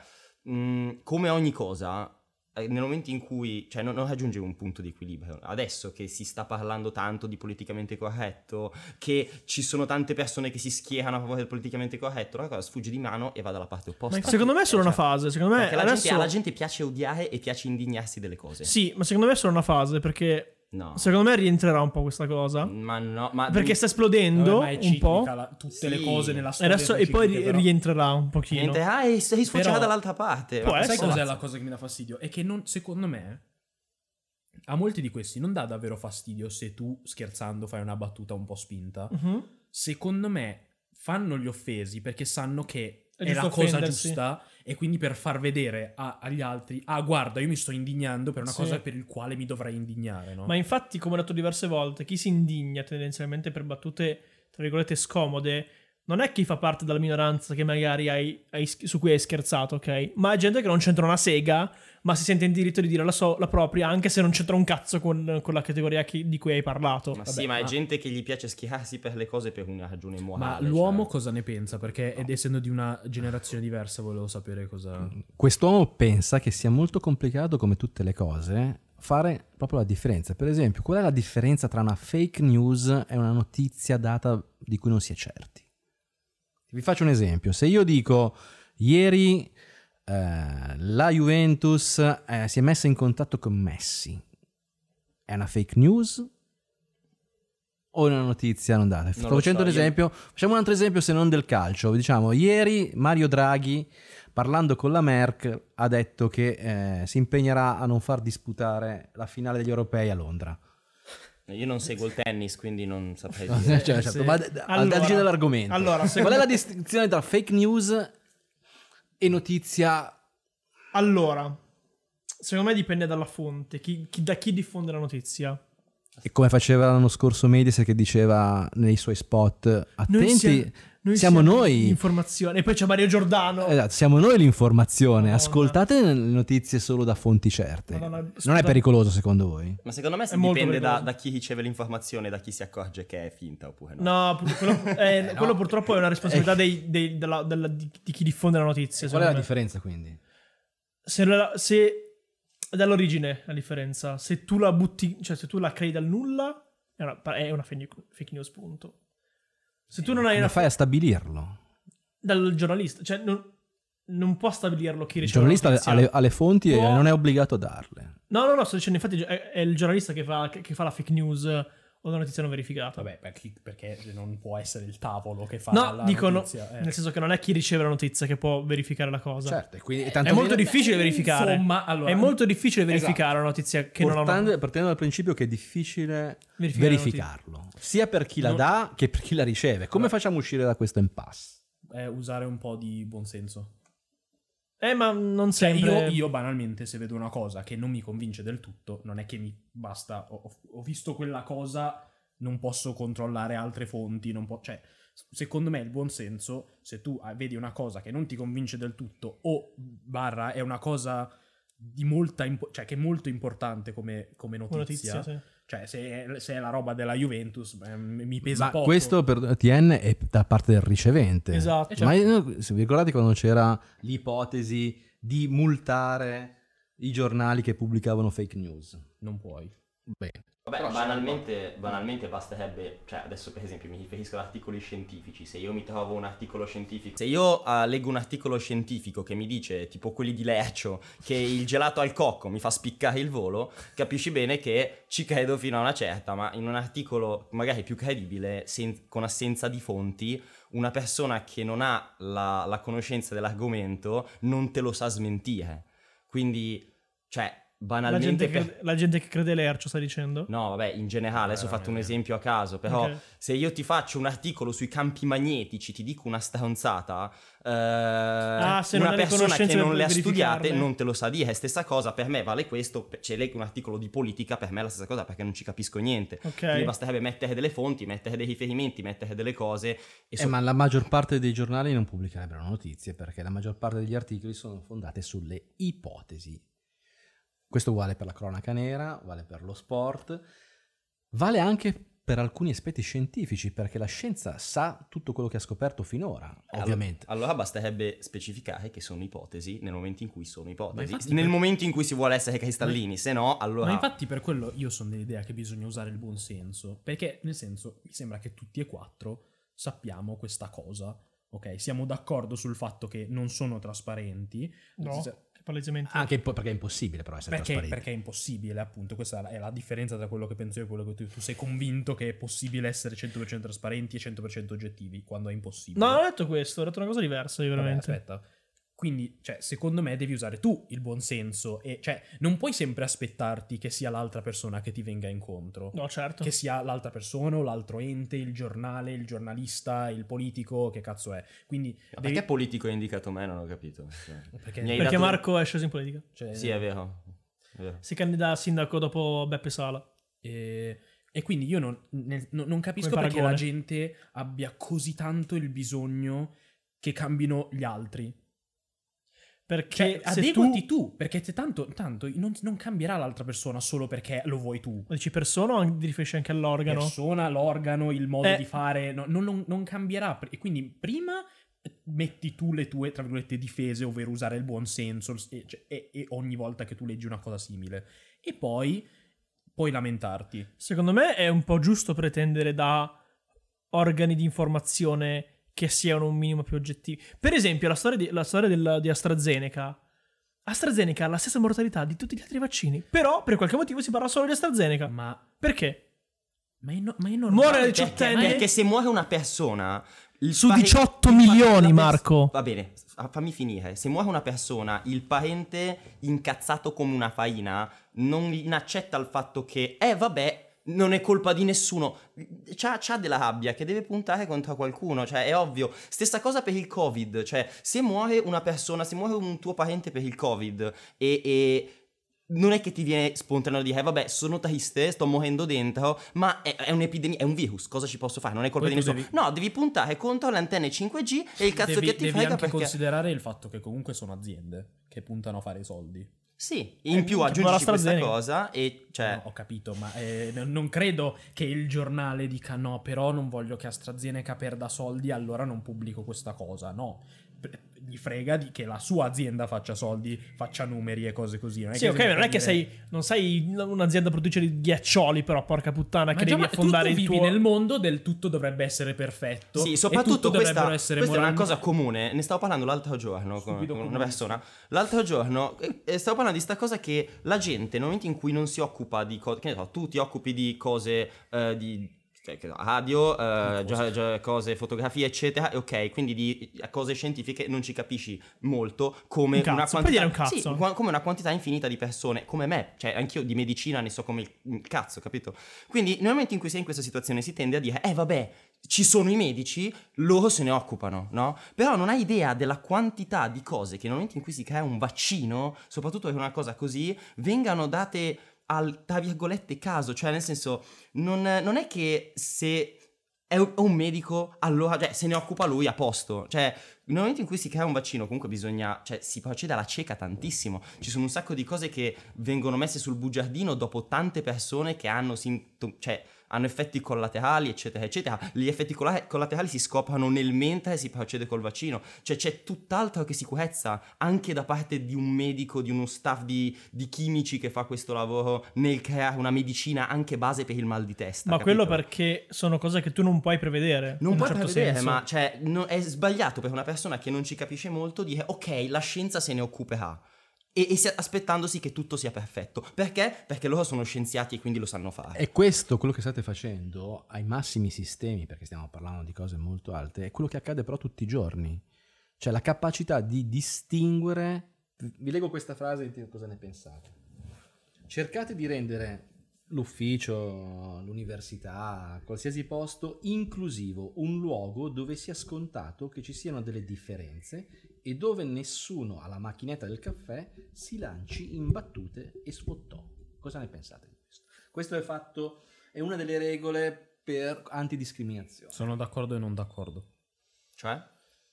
Speaker 4: mh, come ogni cosa, eh, nel momento in cui cioè, non, non raggiunge un punto di equilibrio, adesso che si sta parlando tanto di politicamente corretto, che ci sono tante persone che si schierano a favore del politicamente corretto, la cosa sfugge di mano e va dalla parte opposta.
Speaker 1: Ma secondo me è solo
Speaker 4: Eh,
Speaker 1: una
Speaker 4: cioè,
Speaker 1: fase. Secondo me
Speaker 4: perché la gente,
Speaker 1: adesso.
Speaker 4: alla gente piace odiare e piace indignarsi delle cose.
Speaker 1: Sì, ma secondo me è solo una fase perché
Speaker 4: No.
Speaker 1: secondo me rientrerà un po' questa cosa.
Speaker 4: Ma no, ma
Speaker 1: Perché sta esplodendo
Speaker 2: Vabbè, ma è
Speaker 1: un po'.
Speaker 2: ciclica la- tutte
Speaker 4: Sì.
Speaker 2: le cose nella
Speaker 1: E,
Speaker 2: storia.
Speaker 1: adesso,
Speaker 2: sono
Speaker 1: e poi
Speaker 2: cicliche,
Speaker 1: ri-
Speaker 2: però.
Speaker 1: rientrerà un pochino.
Speaker 4: Niente, ah, e sei sfociata
Speaker 2: Però-
Speaker 4: dall'altra parte.
Speaker 1: Può
Speaker 4: Ma
Speaker 1: essere.
Speaker 2: Sai
Speaker 4: questo
Speaker 2: cos'è
Speaker 4: cazzo.
Speaker 2: la cosa che mi dà fastidio? È che non, secondo me, a molti di questi non dà davvero fastidio se tu scherzando fai una battuta un po' spinta.
Speaker 1: Mhm.
Speaker 2: Secondo me fanno gli offesi perché sanno che è la
Speaker 1: giusto
Speaker 2: cosa
Speaker 1: offendersi.
Speaker 2: giusta e quindi per far vedere a- agli altri, ah guarda io mi sto indignando per una
Speaker 1: Sì.
Speaker 2: cosa per il quale mi dovrei indignare, no?
Speaker 1: Ma infatti, come ho detto diverse volte, chi si indigna tendenzialmente per battute, tra virgolette, scomode, non è chi fa parte della minoranza che magari hai, hai sch- su cui hai scherzato, ok? Ma è gente che non c'entra una sega, ma si sente in diritto di dire la, so- la propria, anche se non c'entra un cazzo con, con la categoria chi- di cui hai parlato.
Speaker 4: Ma
Speaker 1: Vabbè,
Speaker 4: sì, ma è gente che gli piace schierarsi per le cose per una ragione
Speaker 2: Ma
Speaker 4: morale.
Speaker 2: l'uomo
Speaker 4: cioè.
Speaker 2: cosa ne pensa? Perché ed essendo di una generazione diversa volevo sapere cosa...
Speaker 3: Quest'uomo pensa che sia molto complicato, come tutte le cose, fare proprio la differenza. Per esempio, qual è la differenza tra una fake news e una notizia data di cui non si è certi? Vi faccio un esempio. Se io dico ieri eh, la Juventus eh, si è messa in contatto con Messi, è una fake news? O è una notizia non data? Sto
Speaker 4: lo
Speaker 3: facendo
Speaker 4: so,
Speaker 3: un
Speaker 4: io-
Speaker 3: esempio. Facciamo un altro esempio se non del calcio. Diciamo, ieri Mario Draghi parlando con la Merck, ha detto che eh, si impegnerà a non far disputare la finale degli europei a Londra.
Speaker 4: Io non seguo il tennis, quindi non saprei dire.
Speaker 3: Cioè, certo,
Speaker 1: Eh, sì.
Speaker 3: ma d- d- al
Speaker 1: Allora-
Speaker 3: margine dell'argomento,
Speaker 1: allora, se-
Speaker 3: qual è la distinzione tra fake news e notizia?
Speaker 1: Allora, secondo me dipende dalla fonte, chi- chi- da chi diffonde la notizia.
Speaker 3: E come faceva l'anno scorso Mediaset che diceva nei suoi spot, attenti,
Speaker 1: sia-
Speaker 3: siamo, noi.
Speaker 1: Informazione. E poi c'è Mario Giordano.
Speaker 3: Esatto, siamo noi l'informazione,
Speaker 1: Madonna.
Speaker 3: ascoltate le notizie solo da fonti certe.
Speaker 1: Madonna,
Speaker 3: non
Speaker 1: scusa.
Speaker 3: è pericoloso secondo voi?
Speaker 4: Ma secondo me se
Speaker 1: È molto
Speaker 4: dipende da,
Speaker 1: pericoloso.
Speaker 4: da chi riceve l'informazione e da chi si accorge che è finta oppure no.
Speaker 1: No, pur- quello, eh, quello purtroppo è una responsabilità dei- dei- della- della- di, di chi diffonde la notizia.
Speaker 3: Eh. Qual è
Speaker 1: secondo
Speaker 3: la
Speaker 1: me.
Speaker 3: differenza quindi?
Speaker 1: Se, la- se- è dall'origine la differenza. Se tu la butti, cioè se tu la crei dal nulla, è una, è una fake news- fake news, punto. Se tu non hai
Speaker 3: Come
Speaker 1: una
Speaker 3: fai a stabilirlo?
Speaker 1: dal giornalista, cioè non, non può stabilirlo chi
Speaker 3: Il
Speaker 1: riceve la
Speaker 3: giornalista
Speaker 1: notizia.
Speaker 3: ha le, ha le fonti
Speaker 1: Può-
Speaker 3: e non è obbligato a darle.
Speaker 1: No, no, no, sto dicendo infatti è, è il giornalista che fa, che fa la fake news eh, o la notizia non verificata.
Speaker 2: Vabbè, perché, perché non può essere il tavolo che fa
Speaker 1: No,
Speaker 2: la
Speaker 1: dico no,
Speaker 2: notizia, eh.
Speaker 1: nel senso che non è chi riceve la notizia che può verificare la cosa.
Speaker 3: Certo, e quindi, e
Speaker 1: È
Speaker 3: tanto
Speaker 1: molto
Speaker 3: meno-
Speaker 1: difficile verificare.
Speaker 2: Insomma, allora-
Speaker 1: è molto difficile
Speaker 3: Esatto.
Speaker 1: verificare una notizia che non ha
Speaker 3: Portando-
Speaker 1: una...
Speaker 3: partendo dal principio che è difficile
Speaker 1: Verificare
Speaker 3: verificarlo, sia per chi la
Speaker 2: No.
Speaker 3: dà che per chi la riceve. Come
Speaker 2: Allora.
Speaker 3: facciamo a uscire da questo impasse?
Speaker 2: Eh, usare un po' di buonsenso.
Speaker 1: Eh, ma non
Speaker 2: Cioè,
Speaker 1: sempre...
Speaker 2: io, io banalmente, se vedo una cosa che non mi convince del tutto, non è che mi basta. Ho, ho- ho visto quella cosa, non posso controllare altre fonti. Non po- cioè, s- secondo me, il buonsenso, se tu ah, vedi una cosa che non ti convince del tutto, o barra è una cosa di molta impo- cioè, che è molto importante come, come
Speaker 1: Una
Speaker 2: notizia.
Speaker 1: notizia, sì.
Speaker 2: Cioè, se è, se è la roba della Juventus, beh, m- mi pesa
Speaker 3: Ma
Speaker 2: poco.
Speaker 3: questo per TN è da parte del ricevente.
Speaker 1: Esatto.
Speaker 3: Ma io- se vi ricordate quando c'era l'ipotesi di multare i giornali che pubblicavano fake news?
Speaker 2: non puoi.
Speaker 3: Bene.
Speaker 4: Vabbè, banalmente, banalmente basterebbe, cioè adesso per esempio mi riferisco ad articoli scientifici, se io mi trovo un articolo scientifico, se io eh, leggo un articolo scientifico che mi dice, tipo quelli di Lercio, che il gelato al cocco mi fa spiccare il volo, capisci bene che ci credo fino a una certa, ma in un articolo magari più credibile, sen- con assenza di fonti, una persona che non ha la, la conoscenza dell'argomento non te lo sa smentire. Quindi, cioè,
Speaker 1: La,
Speaker 4: banalmente...
Speaker 1: gente
Speaker 4: per-
Speaker 1: che, la gente che crede Lercio sta dicendo.
Speaker 4: No, vabbè, in generale, adesso ho fatto un esempio a caso, però
Speaker 1: Ok.
Speaker 4: se io ti faccio un articolo sui campi magnetici, ti dico una stronzata, eh,
Speaker 1: Ah, se non
Speaker 4: una
Speaker 1: hai le
Speaker 4: persona che
Speaker 1: conoscenze
Speaker 4: non
Speaker 1: per
Speaker 4: le ha studiate
Speaker 1: verificarle.
Speaker 4: non te lo sa dire. Stessa cosa, per me vale questo, pe- se leggo un articolo di politica, per me è la stessa cosa perché non ci capisco niente.
Speaker 1: Ok.
Speaker 4: Quindi basterebbe mettere delle fonti, mettere dei riferimenti, mettere delle cose e
Speaker 3: Eh,
Speaker 4: so-
Speaker 3: ma la maggior parte dei giornali non pubblicherebbero notizie perché la maggior parte degli articoli sono fondate sulle ipotesi. Questo vale per la cronaca nera, vale per lo sport, vale anche per alcuni aspetti scientifici perché la scienza sa tutto quello che ha scoperto finora,
Speaker 4: Allora-
Speaker 3: ovviamente.
Speaker 4: Allora basterebbe specificare che sono ipotesi nel momento in cui sono ipotesi,
Speaker 2: infatti
Speaker 4: nel
Speaker 2: per-
Speaker 4: momento in cui si vuole essere cristallini, se no allora...
Speaker 2: Ma infatti per quello io sono dell'idea che bisogna usare il buon senso, perché nel senso mi sembra che tutti e quattro sappiamo questa cosa, ok? Siamo d'accordo sul fatto che non sono trasparenti,
Speaker 1: No,
Speaker 2: se-
Speaker 1: che palesemente...
Speaker 3: Anche po- perché è impossibile però essere
Speaker 2: perché,
Speaker 3: trasparenti.
Speaker 2: perché è impossibile, appunto, questa è la- è la differenza tra quello che penso io e quello che tu, tu sei convinto che è possibile essere 100% trasparenti e 100% oggettivi, quando è impossibile.
Speaker 1: No, non ho detto questo, ho detto una cosa diversa io
Speaker 2: Vabbè,
Speaker 1: veramente.
Speaker 2: aspetta. Quindi, cioè, secondo me devi usare tu il buonsenso e cioè non puoi sempre aspettarti che sia l'altra persona che ti venga incontro.
Speaker 1: No, certo.
Speaker 2: Che sia l'altra persona o l'altro ente, il giornale, il giornalista, il politico, che cazzo è. Quindi
Speaker 4: Ma
Speaker 2: devi-
Speaker 4: Perché politico hai indicato me? Non ho capito. Cioè,
Speaker 2: Perché-
Speaker 4: mi hai
Speaker 1: Perché
Speaker 4: dato-
Speaker 1: Marco è sceso in politica.
Speaker 2: cioè,
Speaker 4: Sì, è vero. È vero.
Speaker 1: Si candida a sindaco dopo Beppe Sala.
Speaker 2: E, eh, e quindi io non, nel- no- non capisco
Speaker 1: Come
Speaker 2: perché la
Speaker 1: paragone.
Speaker 2: gente abbia così tanto il bisogno che cambino gli altri.
Speaker 1: Perché
Speaker 2: Cioè,
Speaker 1: se
Speaker 2: adeguati
Speaker 1: tu,
Speaker 2: tu... perché se tanto, tanto non, non cambierà l'altra persona solo perché lo vuoi tu.
Speaker 1: dici persona o ti riferisci anche
Speaker 2: La
Speaker 1: all'organo?
Speaker 2: persona, l'organo, il modo
Speaker 1: Eh.
Speaker 2: di fare, no- non, non- non cambierà. Pr- E quindi prima eh, metti tu le tue, tra virgolette, difese, ovvero usare il buon senso il s- e, cioè- e- e ogni volta che tu leggi una cosa simile. E poi puoi lamentarti.
Speaker 1: Secondo me è un po' giusto pretendere da organi di informazione che siano un minimo più oggettivi. Per esempio, la storia di, la storia del- di AstraZeneca. AstraZeneca ha la stessa mortalità di tutti gli altri vaccini, però per qualche motivo si parla solo di AstraZeneca.
Speaker 2: Ma,
Speaker 1: Perché?
Speaker 2: ma, è, no- ma è normale.
Speaker 1: Muore alle
Speaker 4: Perché-
Speaker 1: diciottenni.
Speaker 4: Perché se muore una persona... il
Speaker 1: Su
Speaker 4: pare-
Speaker 1: 18
Speaker 4: il pa-
Speaker 1: milioni,
Speaker 4: la pers-
Speaker 1: Marco.
Speaker 4: Va bene, fa- fammi finire. Se muore una persona, il parente incazzato come una faina non inaccetta il fatto che, eh vabbè, non è colpa di nessuno. C'ha, c'ha della rabbia che deve puntare contro qualcuno, cioè è ovvio. Stessa cosa per il Covid, cioè se muore una persona, se muore un tuo parente per il Covid e... e non è che ti viene spontaneo di dire, "Eh, vabbè, sono triste, sto morendo dentro, ma è, è un'epidemia, è un virus, cosa ci posso fare? Non è colpa
Speaker 2: Poi
Speaker 4: di
Speaker 2: tu
Speaker 4: nessuno.
Speaker 2: devi-
Speaker 4: No, devi puntare contro le antenne 5G e il cazzo
Speaker 2: devi,
Speaker 4: che ti
Speaker 2: devi
Speaker 4: frega
Speaker 2: anche
Speaker 4: perché...
Speaker 2: considerare il fatto che comunque sono aziende che puntano a fare i soldi.
Speaker 4: Sì,
Speaker 2: Eh,
Speaker 4: in
Speaker 1: minchia,
Speaker 2: cioè,
Speaker 4: più
Speaker 1: ma la
Speaker 4: aggiungi questa
Speaker 1: AstraZeneca.
Speaker 4: cosa e cioè...
Speaker 2: No, ho capito, ma eh, n- non credo che il giornale dica no, però non voglio che AstraZeneca perda soldi, allora non pubblico questa cosa. No, P- gli frega di che la sua azienda faccia soldi, faccia numeri e cose così. Non è
Speaker 1: Sì,
Speaker 2: che
Speaker 1: ok,
Speaker 2: si
Speaker 1: ma non è
Speaker 2: può
Speaker 1: che
Speaker 2: dire-
Speaker 1: sei, non sei un'azienda produce di ghiaccioli, però porca puttana,
Speaker 2: Ma
Speaker 1: che
Speaker 2: già,
Speaker 1: devi
Speaker 2: ma tu-
Speaker 1: affondare
Speaker 2: tu
Speaker 1: il
Speaker 2: vivi
Speaker 1: tuo...
Speaker 2: nel mondo del tutto dovrebbe essere perfetto.
Speaker 4: Sì,
Speaker 2: e tutto
Speaker 4: soprattutto questa,
Speaker 2: dovrebbero essere
Speaker 4: questa è una
Speaker 2: moralmente-
Speaker 4: cosa comune. Ne stavo parlando l'altro giorno con,
Speaker 2: Stupido
Speaker 4: con una
Speaker 2: comune.
Speaker 4: persona. L'altro giorno eh, eh, stavo parlando di sta cosa che la gente, nel momento in cui non si occupa di cose, che ne so, tu ti occupi di cose eh, di che- che- radio, eh, gio- gio- cose, fotografie, eccetera, e ok, quindi di eh, cose scientifiche non ci capisci molto come
Speaker 1: Un cazzo,
Speaker 4: una
Speaker 1: puoi dire
Speaker 4: quantità
Speaker 1: un cazzo.
Speaker 4: sì, qua- come una quantità infinita di persone, come me, cioè anch'io di medicina ne so come il- il cazzo, capito? Quindi nel momento in cui sei in questa situazione si tende a dire, eh vabbè, ci sono i medici, loro se ne occupano, no? Però non hai idea della quantità di cose che nel momento in cui si crea un vaccino, soprattutto per una cosa così, vengano date al, tra virgolette, caso. Cioè, nel senso, non, non è che se è un, è un medico, allora, cioè, se ne occupa lui a posto. Cioè, nel momento in cui si crea un vaccino, comunque bisogna, cioè, si procede alla cieca tantissimo. Ci sono un sacco di cose che vengono messe sul bugiardino dopo tante persone che hanno sintomi, cioè, hanno effetti collaterali, eccetera, eccetera. Gli effetti colla- collaterali si scoprono nel mentre si procede col vaccino. Cioè, c'è tutt'altro che sicurezza, anche da parte di un medico, di uno staff di, di chimici che fa questo lavoro nel creare una medicina anche base per il mal di testa.
Speaker 1: Ma quello
Speaker 4: capito?
Speaker 1: perché sono cose che tu non puoi prevedere. in
Speaker 4: Non
Speaker 1: un
Speaker 4: puoi
Speaker 1: certo
Speaker 4: prevedere,
Speaker 1: senso.
Speaker 4: ma cioè, no- è sbagliato per una persona che non ci capisce molto dire ok, la scienza se ne occuperà. E, e si- aspettandosi che tutto sia perfetto. Perché? Perché loro sono scienziati e quindi lo sanno fare.
Speaker 3: È questo quello che state facendo ai massimi sistemi, perché stiamo parlando di cose molto alte, è quello che accade però tutti i giorni. Cioè la capacità di distinguere... Vi leggo questa frase e ditemi cosa ne pensate. Cercate di rendere l'ufficio, l'università, qualsiasi posto inclusivo, un luogo dove sia scontato che ci siano delle differenze e dove nessuno alla macchinetta del caffè si lanci in battute e sfottò. Cosa ne pensate di questo? Questo è fatto, è una delle regole per antidiscriminazione.
Speaker 2: Sono d'accordo e non d'accordo.
Speaker 4: Cioè?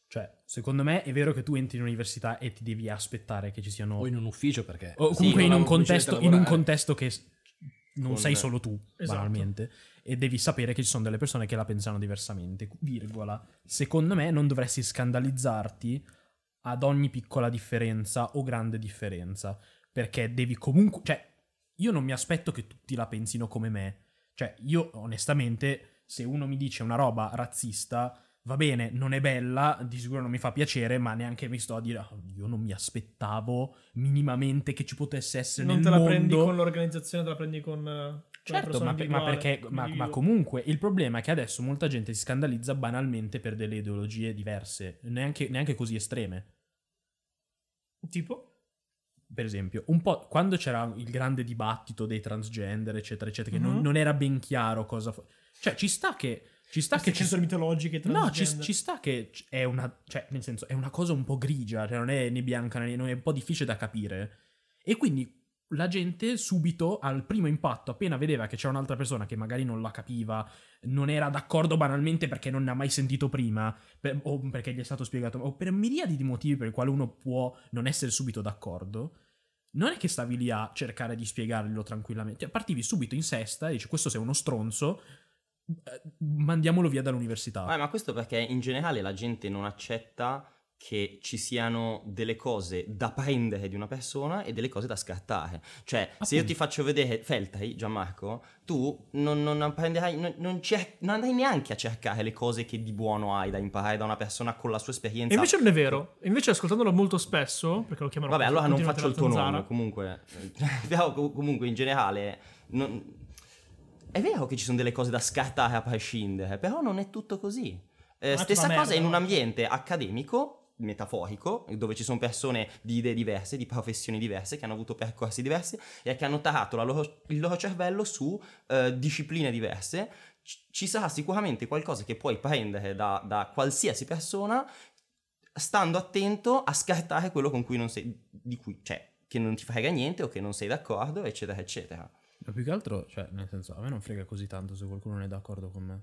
Speaker 2: Cioè, secondo me è vero che tu entri in università e ti devi aspettare che ci siano
Speaker 3: O in un ufficio perché...
Speaker 2: O
Speaker 4: Sì,
Speaker 2: comunque in,
Speaker 4: una
Speaker 2: un
Speaker 3: ufficio
Speaker 2: contesto, in un
Speaker 3: lavorare.
Speaker 2: contesto che s- non
Speaker 4: Con-
Speaker 2: sei solo tu,
Speaker 1: Esatto.
Speaker 2: banalmente, e devi sapere che ci sono delle persone che la pensano diversamente. Virgola. Secondo me non dovresti scandalizzarti ad ogni piccola differenza o grande differenza, perché devi comunque... Cioè, io non mi aspetto che tutti la pensino come me. Cioè, io onestamente, se uno mi dice una roba razzista, va bene, non è bella, di sicuro non mi fa piacere, ma neanche mi sto a dire, "Oh, io non mi aspettavo minimamente che ci potesse essere
Speaker 1: non
Speaker 2: Cioè, nel
Speaker 1: te la
Speaker 2: mondo.
Speaker 1: prendi con l'organizzazione, te la prendi con. eh, con la
Speaker 2: Certo,
Speaker 1: persona
Speaker 2: ma, ma
Speaker 1: individuale,
Speaker 2: perché, ma, ma
Speaker 1: individuo.
Speaker 2: comunque il problema è che adesso molta gente si scandalizza banalmente per delle ideologie diverse, neanche, neanche così estreme.
Speaker 1: Tipo?
Speaker 2: per esempio, un po' quando c'era il grande dibattito dei transgender, eccetera, eccetera, che non,
Speaker 1: Mhm.
Speaker 2: non era ben chiaro cosa. fo- cioè, ci sta che. Ci sta
Speaker 1: Queste
Speaker 2: che ci
Speaker 1: censure mitologiche
Speaker 2: No, ci,
Speaker 1: transgender.
Speaker 2: ci sta che c- è una. Cioè, nel senso, è una cosa un po' grigia, cioè non è né bianca né non è un po' difficile da capire. E quindi la gente subito, al primo impatto, appena vedeva che c'era un'altra persona che magari non la capiva, non era d'accordo banalmente perché non ne ha mai sentito prima, per- o perché gli è stato spiegato, o per miriadi di motivi per i quali uno può non essere subito d'accordo. Non è che stavi lì a cercare di spiegarlo tranquillamente, Cioè, partivi subito in sesta e dici questo sei uno stronzo, eh, mandiamolo via dall'università.
Speaker 4: Ah, ma questo perché in generale la gente non accetta che ci siano delle cose da prendere di una persona e delle cose da scartare. Cioè, se io
Speaker 2: Appunto.
Speaker 4: ti faccio vedere Feltri, Gianmarco, tu non, non prenderai, non, non cer- non andrai neanche a cercare le cose che di buono hai da imparare da una persona con la sua esperienza.
Speaker 1: E invece non è vero. Invece ascoltandolo molto spesso, perché lo chiamano...
Speaker 4: Vabbè, allora non faccio il tuo
Speaker 1: Zanzara,
Speaker 4: nome, comunque. Però co- comunque in generale non- è vero che ci sono delle cose da scartare a prescindere, però non è tutto così. Eh,
Speaker 1: Ma tu
Speaker 4: stessa
Speaker 1: una
Speaker 4: cosa
Speaker 1: merda,
Speaker 4: in un
Speaker 1: no?
Speaker 4: ambiente accademico metaforico, dove ci sono persone di idee diverse, di professioni diverse, che hanno avuto percorsi diversi e che hanno tarato la loro- il loro cervello su eh, discipline diverse, ci- ci sarà sicuramente qualcosa che puoi prendere da, da qualsiasi persona stando attento a scartare quello con cui non sei, di cui, cioè, che non ti frega niente o che non sei d'accordo, eccetera, eccetera.
Speaker 2: Ma più che altro, cioè, nel senso, a me non frega così tanto se qualcuno non è d'accordo con me.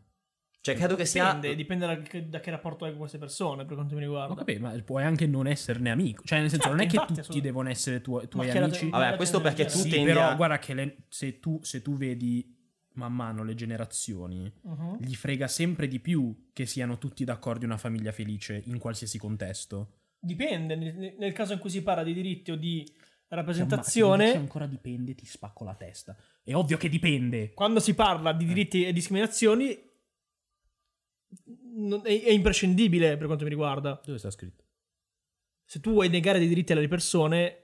Speaker 4: Cioè, credo che sia...
Speaker 1: Dipende, dipende da che, da che rapporto hai con queste persone, per quanto mi
Speaker 2: Ah, Ma
Speaker 1: riguarda.
Speaker 2: capì, ma puoi anche non esserne amico. Cioè, nel senso, non è che
Speaker 1: infatti,
Speaker 2: tutti
Speaker 1: assolutamente.
Speaker 2: devono essere tuoi, tuoi
Speaker 1: chi era- Ah,
Speaker 2: amici.
Speaker 1: chi era
Speaker 4: questo perché
Speaker 1: genere?
Speaker 4: tu
Speaker 2: Sì,
Speaker 4: tendi
Speaker 2: però
Speaker 4: a-
Speaker 2: guarda che le- se, tu, se tu vedi man mano le generazioni,
Speaker 1: Mhm.
Speaker 2: gli frega sempre di più che siano tutti d'accordo in una famiglia felice in qualsiasi contesto.
Speaker 1: Dipende, nel, nel caso in cui si parla di diritti o di
Speaker 2: Cioè, ma se
Speaker 1: rappresentazione,
Speaker 2: ancora dipende, ti spacco la testa. È ovvio che dipende.
Speaker 1: quando si parla di diritti e discriminazioni, non- è, è imprescindibile per quanto mi riguarda.
Speaker 2: Dove sta scritto?
Speaker 1: Se tu vuoi negare dei diritti alle persone,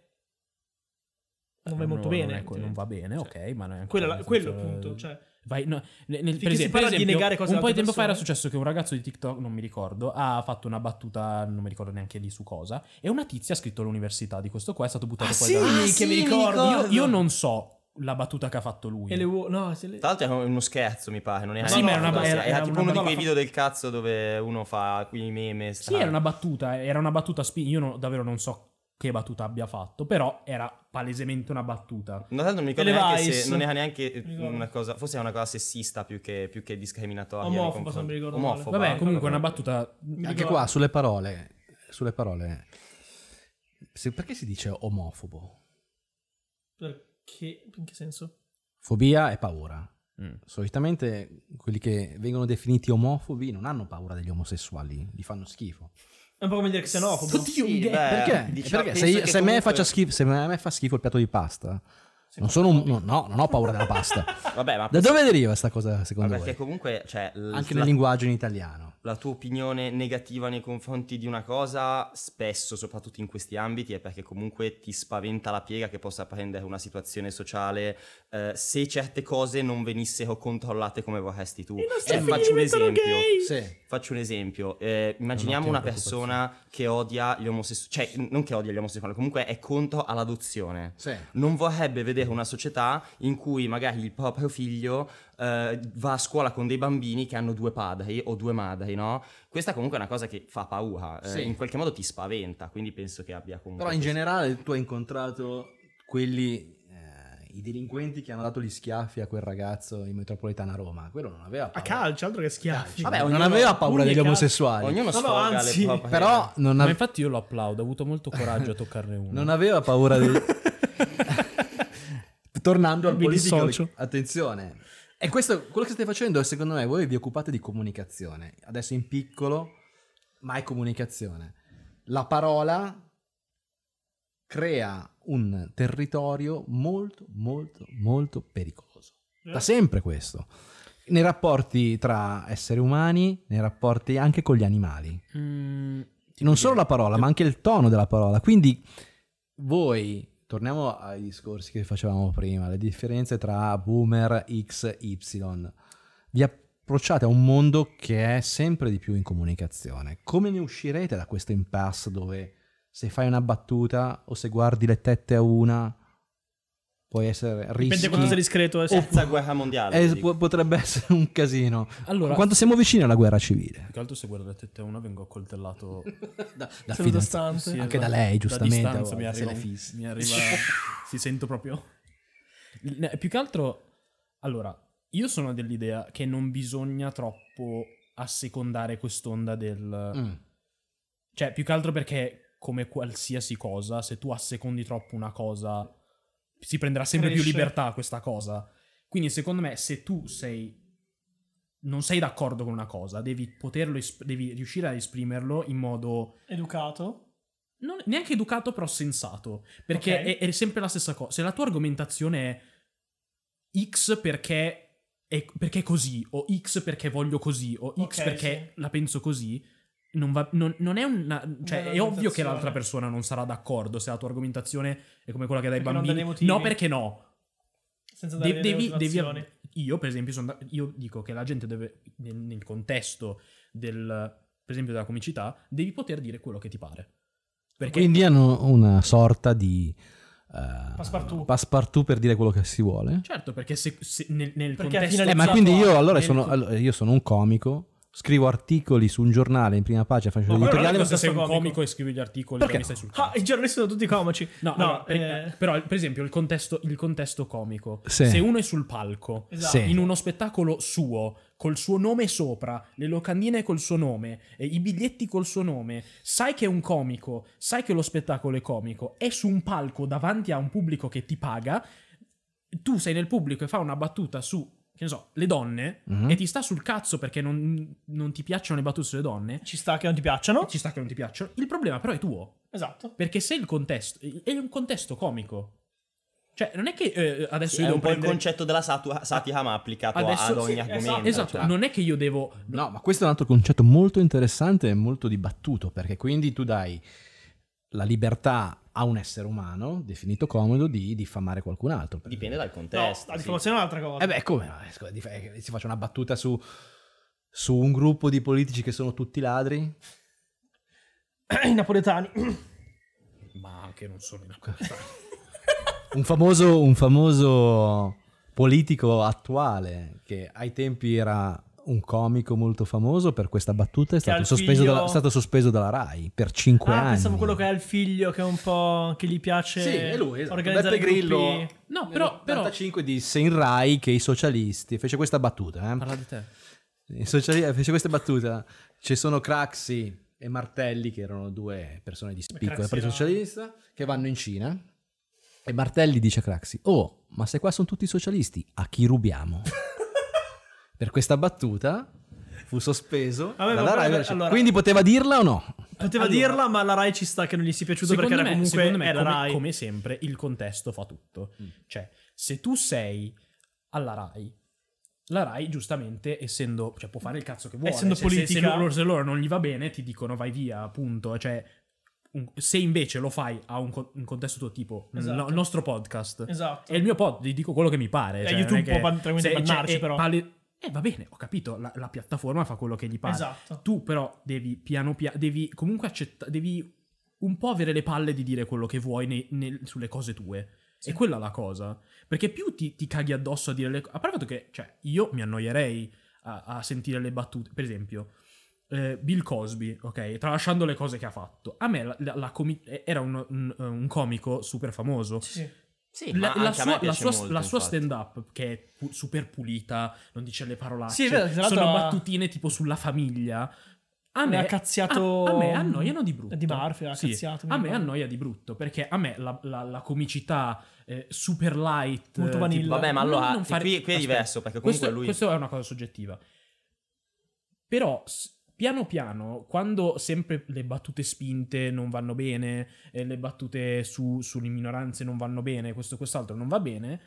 Speaker 1: non vai
Speaker 2: Eh, No,
Speaker 1: molto
Speaker 2: Non,
Speaker 1: bene. cioè,
Speaker 2: è- non va bene, eh, ok, ma non è ancora-
Speaker 1: Quella-
Speaker 2: nel
Speaker 1: quello
Speaker 2: senso-
Speaker 1: appunto, cioè,
Speaker 2: Vai, no, ne-
Speaker 1: Finché
Speaker 2: nel- per
Speaker 1: si
Speaker 2: esempio, per
Speaker 1: parla di
Speaker 2: esempio,
Speaker 1: negare cose
Speaker 2: un po' di
Speaker 1: ad altre
Speaker 2: tempo fa era
Speaker 1: persone.
Speaker 2: successo che un ragazzo di TikTok, non mi ricordo, ha fatto una battuta, non mi ricordo neanche lì su cosa, e una tizia ha scritto all'università di questo qua, è stato buttato
Speaker 1: Ah,
Speaker 2: fuori
Speaker 1: sì?
Speaker 2: dalla-
Speaker 1: che mi ricordo.
Speaker 2: Io, io non so la battuta che ha fatto lui.
Speaker 1: e le uo- no, se le-
Speaker 4: Tra l'altro era uno scherzo, mi pare, non era
Speaker 1: Ma sì,
Speaker 4: una
Speaker 1: ma era
Speaker 4: cosa,
Speaker 1: una-
Speaker 4: sì,
Speaker 2: era- era
Speaker 4: tipo
Speaker 2: una
Speaker 4: uno di
Speaker 2: parola
Speaker 4: quei
Speaker 2: fa-
Speaker 4: video del cazzo dove uno fa quei meme
Speaker 2: Sì, era una battuta, era una battuta spin. Io non- davvero non so che battuta abbia fatto, però era palesemente una battuta.
Speaker 4: No, tanto non mi ricordo
Speaker 1: Delle
Speaker 4: neanche
Speaker 1: Vice.
Speaker 4: se non era neanche
Speaker 1: Mi ricordo.
Speaker 4: una cosa, forse era una cosa sessista più che, più che discriminatoria. nei
Speaker 1: Omofoba, se
Speaker 4: confronti-
Speaker 1: non mi ricordo male.
Speaker 4: Omofoba.
Speaker 2: Vabbè,
Speaker 4: eh,
Speaker 2: comunque è una
Speaker 4: vabbè.
Speaker 2: battuta...
Speaker 1: mi
Speaker 3: Anche
Speaker 1: ricordo-
Speaker 3: qua sulle parole, sulle parole. Se- perché si dice omofobo?
Speaker 1: Perché? In che senso?
Speaker 3: Fobia è paura.
Speaker 2: Mm.
Speaker 3: Solitamente quelli che vengono definiti omofobi non hanno paura degli omosessuali, li fanno schifo.
Speaker 1: È un po' come dire xenofobo.
Speaker 2: Oddio,
Speaker 4: Sì,
Speaker 2: un gay.
Speaker 4: beh,
Speaker 3: perché?
Speaker 4: diciamo-
Speaker 3: Perché
Speaker 4: penso
Speaker 3: se, io-
Speaker 4: che
Speaker 3: se a me
Speaker 4: comunque-
Speaker 3: faccia schifo, se a me fa schifo il piatto di pasta, non sono un- no, no, non ho paura della pasta.
Speaker 4: Vabbè, ma
Speaker 3: da dove deriva sta cosa
Speaker 4: ma
Speaker 3: secondo
Speaker 4: perché
Speaker 3: voi?
Speaker 4: comunque cioè, l-
Speaker 3: Anche
Speaker 4: la,
Speaker 3: nel linguaggio in italiano.
Speaker 4: la tua opinione negativa nei confronti di una cosa, spesso, soprattutto in questi ambiti, è perché comunque ti spaventa la piega che possa prendere una situazione sociale eh, se certe cose non venissero controllate come vorresti tu.
Speaker 1: I nostri
Speaker 4: Eh,
Speaker 1: figli
Speaker 4: faccio un
Speaker 1: diventano
Speaker 4: esempio.
Speaker 1: gay!
Speaker 3: Sì.
Speaker 4: Faccio un esempio, eh, immaginiamo
Speaker 2: Un'ottima
Speaker 4: una persona che odia gli omosessuali, cioè non che odia gli omosessuali, comunque è contro all'adozione. Non vorrebbe vedere una società in cui magari il proprio figlio eh, va a scuola con dei bambini che hanno due padri o due madri, no? Questa comunque è una cosa che fa paura, eh,
Speaker 3: Sì.
Speaker 4: in qualche modo ti spaventa, quindi penso che abbia comunque...
Speaker 3: Però in
Speaker 4: questo-
Speaker 3: generale tu hai incontrato quelli, eh, i delinquenti che hanno dato gli schiaffi a quel ragazzo in metropolitana a Roma. Quello non aveva
Speaker 1: A
Speaker 3: paura.
Speaker 1: calcio, altro che schiaffi.
Speaker 4: Vabbè,
Speaker 3: non
Speaker 4: ognuno-
Speaker 3: aveva
Speaker 1: pugni
Speaker 3: paura
Speaker 1: e
Speaker 3: degli
Speaker 1: calci.
Speaker 3: omosessuali.
Speaker 4: Ognuno
Speaker 1: No, no,
Speaker 4: sfoga
Speaker 1: anzi,
Speaker 4: le proprie...
Speaker 3: Però non,
Speaker 2: Ma
Speaker 3: ave-
Speaker 2: infatti io lo applaudo, ho avuto molto coraggio a toccarne uno.
Speaker 3: non aveva paura di... Tornando al
Speaker 1: Mi
Speaker 3: politico,
Speaker 1: dissocio.
Speaker 3: attenzione. E questo, quello che state facendo, secondo me, voi vi occupate di comunicazione. Adesso in piccolo, ma è comunicazione. La parola crea un territorio molto, molto, molto pericoloso. Da sempre questo. Nei rapporti tra esseri umani, nei rapporti anche con gli animali.
Speaker 2: Mm,
Speaker 3: Non solo la parola, ma anche il tono della parola. Quindi voi, torniamo ai discorsi che facevamo prima, le differenze tra boomer X, Y. Vi approcciate a un mondo che è sempre di più in comunicazione. Come ne uscirete da questo impasse dove se fai una battuta o se guardi le tette a una, puoi essere
Speaker 1: Dipende
Speaker 3: rischi.
Speaker 1: quanto sei discreto. eh, sì.
Speaker 4: Terza guerra mondiale.
Speaker 3: Eh,
Speaker 4: ti dico.
Speaker 3: può- potrebbe essere un casino.
Speaker 2: Allora,
Speaker 3: Quando siamo vicini alla guerra civile.
Speaker 2: più che altro se guardate te una vengo accoltellato
Speaker 3: Da, da
Speaker 1: Sono
Speaker 3: fidanz-
Speaker 1: costante.
Speaker 2: Sì,
Speaker 3: Anche
Speaker 2: esatto.
Speaker 3: da lei, giustamente,
Speaker 2: Da
Speaker 3: a
Speaker 2: distanza
Speaker 3: volte,
Speaker 2: mi
Speaker 3: se
Speaker 2: arriva,
Speaker 3: le
Speaker 2: un-
Speaker 3: fissi.
Speaker 2: mi arriva- si sento proprio. Ne- Più che altro, allora, io sono dell'idea che non bisogna troppo assecondare quest'onda del...
Speaker 3: Mm.
Speaker 2: Cioè, più che altro perché, come qualsiasi cosa, se tu assecondi troppo una cosa, si prenderà sempre più
Speaker 1: Cresce.
Speaker 2: libertà questa cosa. Quindi, secondo me, se tu sei. Non sei d'accordo con una cosa, devi poterlo, esp- devi riuscire a esprimerlo in modo
Speaker 1: Educato.
Speaker 2: non- neanche educato, però sensato. Perché
Speaker 1: Ok.
Speaker 2: è, è sempre la stessa cosa. Se la tua argomentazione è X perché è, perché è così, o X perché voglio così, o X
Speaker 1: Ok,
Speaker 2: perché la penso così, non, va- non- non è una. Cioè,
Speaker 1: Bella
Speaker 2: è ovvio che
Speaker 1: argomentazione.
Speaker 2: l'altra persona non sarà d'accordo se la tua argomentazione è come quella che dai
Speaker 1: Perché non dai
Speaker 2: bambini.
Speaker 1: dei motivi.
Speaker 2: No, perché no.
Speaker 1: Senza
Speaker 2: De-
Speaker 1: dare delle
Speaker 2: devi, devi-
Speaker 1: motivazioni.
Speaker 2: io, per esempio, sono da- io dico che la gente deve, nel, nel contesto del, per esempio, della comicità, devi poter dire quello che ti pare. Perché
Speaker 3: Quindi hanno una sorta di... eh,
Speaker 1: Passepartout.
Speaker 3: passepartout per dire quello che si vuole.
Speaker 2: Certo, perché se, se nel, nel
Speaker 1: Perché
Speaker 2: contesto...
Speaker 1: alla
Speaker 3: Eh,
Speaker 1: fine-
Speaker 3: ma quindi io allora
Speaker 1: nel-
Speaker 3: sono, allora, io sono un comico, scrivo articoli su un giornale in prima pagina, faccio
Speaker 1: No,
Speaker 3: gli
Speaker 1: quello
Speaker 2: Però non è
Speaker 1: Parliamo
Speaker 3: editoriali.
Speaker 2: che
Speaker 1: del
Speaker 2: se sei un
Speaker 1: testo
Speaker 2: comico,
Speaker 1: comico.
Speaker 2: e scrivi gli articoli
Speaker 3: Perché
Speaker 2: perché stai
Speaker 3: no?
Speaker 2: sul cioè,
Speaker 1: Ah, i giornalisti sono tutti comici.
Speaker 2: No, allora, per-
Speaker 1: eh,
Speaker 2: però per esempio il contesto, il contesto comico.
Speaker 3: Sì.
Speaker 2: Se uno è sul palco,
Speaker 1: esatto.
Speaker 4: Eh.
Speaker 3: Sì.
Speaker 2: in uno spettacolo suo, col suo nome sopra, le locandine col suo nome, eh, i biglietti col suo nome, sai che è un comico, sai che lo spettacolo è comico, è su un palco davanti a un pubblico che ti paga, tu sei nel pubblico e fa una battuta su, che ne so, le donne,
Speaker 3: Mhm.
Speaker 2: e ti sta sul cazzo perché non, non ti piacciono le battute sulle donne,
Speaker 1: Ci sta che non ti piacciono.
Speaker 2: ci sta che non ti piacciono, il problema però è tuo.
Speaker 1: Esatto.
Speaker 2: Perché se il contesto è un contesto comico. Cioè, non è che eh, adesso
Speaker 4: Sì,
Speaker 2: io
Speaker 4: è
Speaker 2: devo
Speaker 4: un po' il
Speaker 2: prendere-
Speaker 4: concetto della satua- satira, ma applicato
Speaker 2: Adesso-
Speaker 4: ad ogni
Speaker 2: sì,
Speaker 4: argomento.
Speaker 2: Esatto,
Speaker 4: cioè.
Speaker 2: non è che io devo
Speaker 3: No, ma questo è un altro concetto molto interessante e molto dibattuto, perché quindi tu dai la libertà a un essere umano, definito comodo, di diffamare qualcun altro. per
Speaker 4: Dipende dal
Speaker 1: No, la
Speaker 4: contesto. sì.
Speaker 1: diffamazione è un'altra cosa.
Speaker 3: Eh beh, come? no? Scusa, di- eh, Si faccia una battuta su, su un gruppo di politici che sono tutti ladri?
Speaker 1: I napoletani.
Speaker 2: Ma che non sono in
Speaker 3: Un famoso, un famoso politico attuale che ai tempi era un comico molto famoso per questa battuta è stato,
Speaker 1: al
Speaker 3: sospeso,
Speaker 1: figlio-
Speaker 3: dalla, è stato sospeso dalla RAI per 5
Speaker 1: ah,
Speaker 3: anni.
Speaker 1: pensavo quello che ha il figlio che è un po'. che gli piace.
Speaker 3: Sì, è lui, esatto.
Speaker 1: Organizzare
Speaker 3: Beppe Grillo.
Speaker 1: gruppi.
Speaker 2: No, però, però...
Speaker 3: 85 disse in Rai che i socialisti fece questa battuta. eh.
Speaker 2: Parla di te.
Speaker 3: I sociali- fece questa battuta. Ci sono Craxi e Martelli, che erano due persone di spicco del
Speaker 1: Craxi
Speaker 3: Partito
Speaker 1: era-
Speaker 3: Socialista, che vanno in Cina. E Martelli dice a Craxi: Oh, ma se qua sono tutti socialisti, a chi rubiamo? per questa battuta fu sospeso.
Speaker 1: Vabbè,
Speaker 3: dalla
Speaker 1: ma
Speaker 3: Rai.
Speaker 1: allora- allora- Cioè,
Speaker 3: Quindi poteva dirla o no?
Speaker 1: Poteva
Speaker 2: Allora.
Speaker 1: dirla, ma la Rai ci sta che non gli si è piaciuto
Speaker 2: Secondo
Speaker 1: perché era
Speaker 2: me,
Speaker 1: comunque.
Speaker 2: secondo me,
Speaker 1: era
Speaker 2: come,
Speaker 1: Rai. Mm.
Speaker 2: come sempre, il contesto fa tutto. Cioè, se tu sei alla RAI, la RAI giustamente, essendo... Cioè, può fare il cazzo che vuole.
Speaker 1: Essendo
Speaker 2: se, se- se
Speaker 1: politica-
Speaker 2: loro, se loro non gli va bene, ti dicono vai via, appunto. Cioè, un- se invece lo fai a un, co- un contesto tuo tipo, il
Speaker 1: Esatto.
Speaker 2: no- il nostro podcast...
Speaker 1: Esatto.
Speaker 2: È il mio pod, gli dico quello che mi pare.
Speaker 1: Eh,
Speaker 2: cioè,
Speaker 1: YouTube
Speaker 2: non è che-
Speaker 1: può ban- tranquillamente
Speaker 2: se-
Speaker 1: bannarci,
Speaker 2: è
Speaker 1: però.
Speaker 2: pale- eh, va bene, ho capito. La, la piattaforma fa quello che gli pare.
Speaker 1: Esatto.
Speaker 2: Tu, però, devi piano piano. Devi comunque accettare. Devi un po' avere le palle di dire quello che vuoi nei- nel- sulle cose tue.
Speaker 1: Sì.
Speaker 2: E quella è la cosa. Perché più ti, ti caghi addosso a dire le cose. A parte il fatto che, cioè, io mi annoierei a, a sentire le battute. Per esempio, eh, Bill Cosby, ok, tralasciando le cose che ha fatto. A me la- la- la comi- era un- un- un comico super famoso.
Speaker 1: Sì, sì.
Speaker 4: Sì,
Speaker 2: La,
Speaker 4: ma
Speaker 2: la
Speaker 4: anche a me
Speaker 2: sua, la
Speaker 4: piace
Speaker 2: sua-
Speaker 4: molto,
Speaker 2: la sua
Speaker 4: infatti.
Speaker 2: stand-up, che è pu- super pulita, non dice le parolacce,
Speaker 1: Sì, è vero, tra l'altro
Speaker 2: sono
Speaker 1: ha-
Speaker 2: battutine tipo sulla famiglia. A
Speaker 1: Ne
Speaker 2: me,
Speaker 1: ha cazziato-
Speaker 2: a, a me annoiano di brutto.
Speaker 1: Di Murphy ha
Speaker 2: Sì,
Speaker 1: cazziato, mi
Speaker 2: A me
Speaker 1: ricordo.
Speaker 2: annoia di brutto, perché a me la, la- la comicità eh, super light...
Speaker 1: Molto
Speaker 2: eh,
Speaker 1: vanilla.
Speaker 2: tipo-
Speaker 4: Vabbè, ma
Speaker 2: non-
Speaker 4: allora,
Speaker 2: non fare-
Speaker 4: qui, qui è
Speaker 2: aspetta,
Speaker 4: diverso, perché comunque
Speaker 2: questo,
Speaker 4: lui...
Speaker 2: questo è una cosa soggettiva. Però, s- piano piano, quando sempre le battute spinte non vanno bene, e le battute su- sulle minoranze non vanno bene, questo quest'altro non va bene,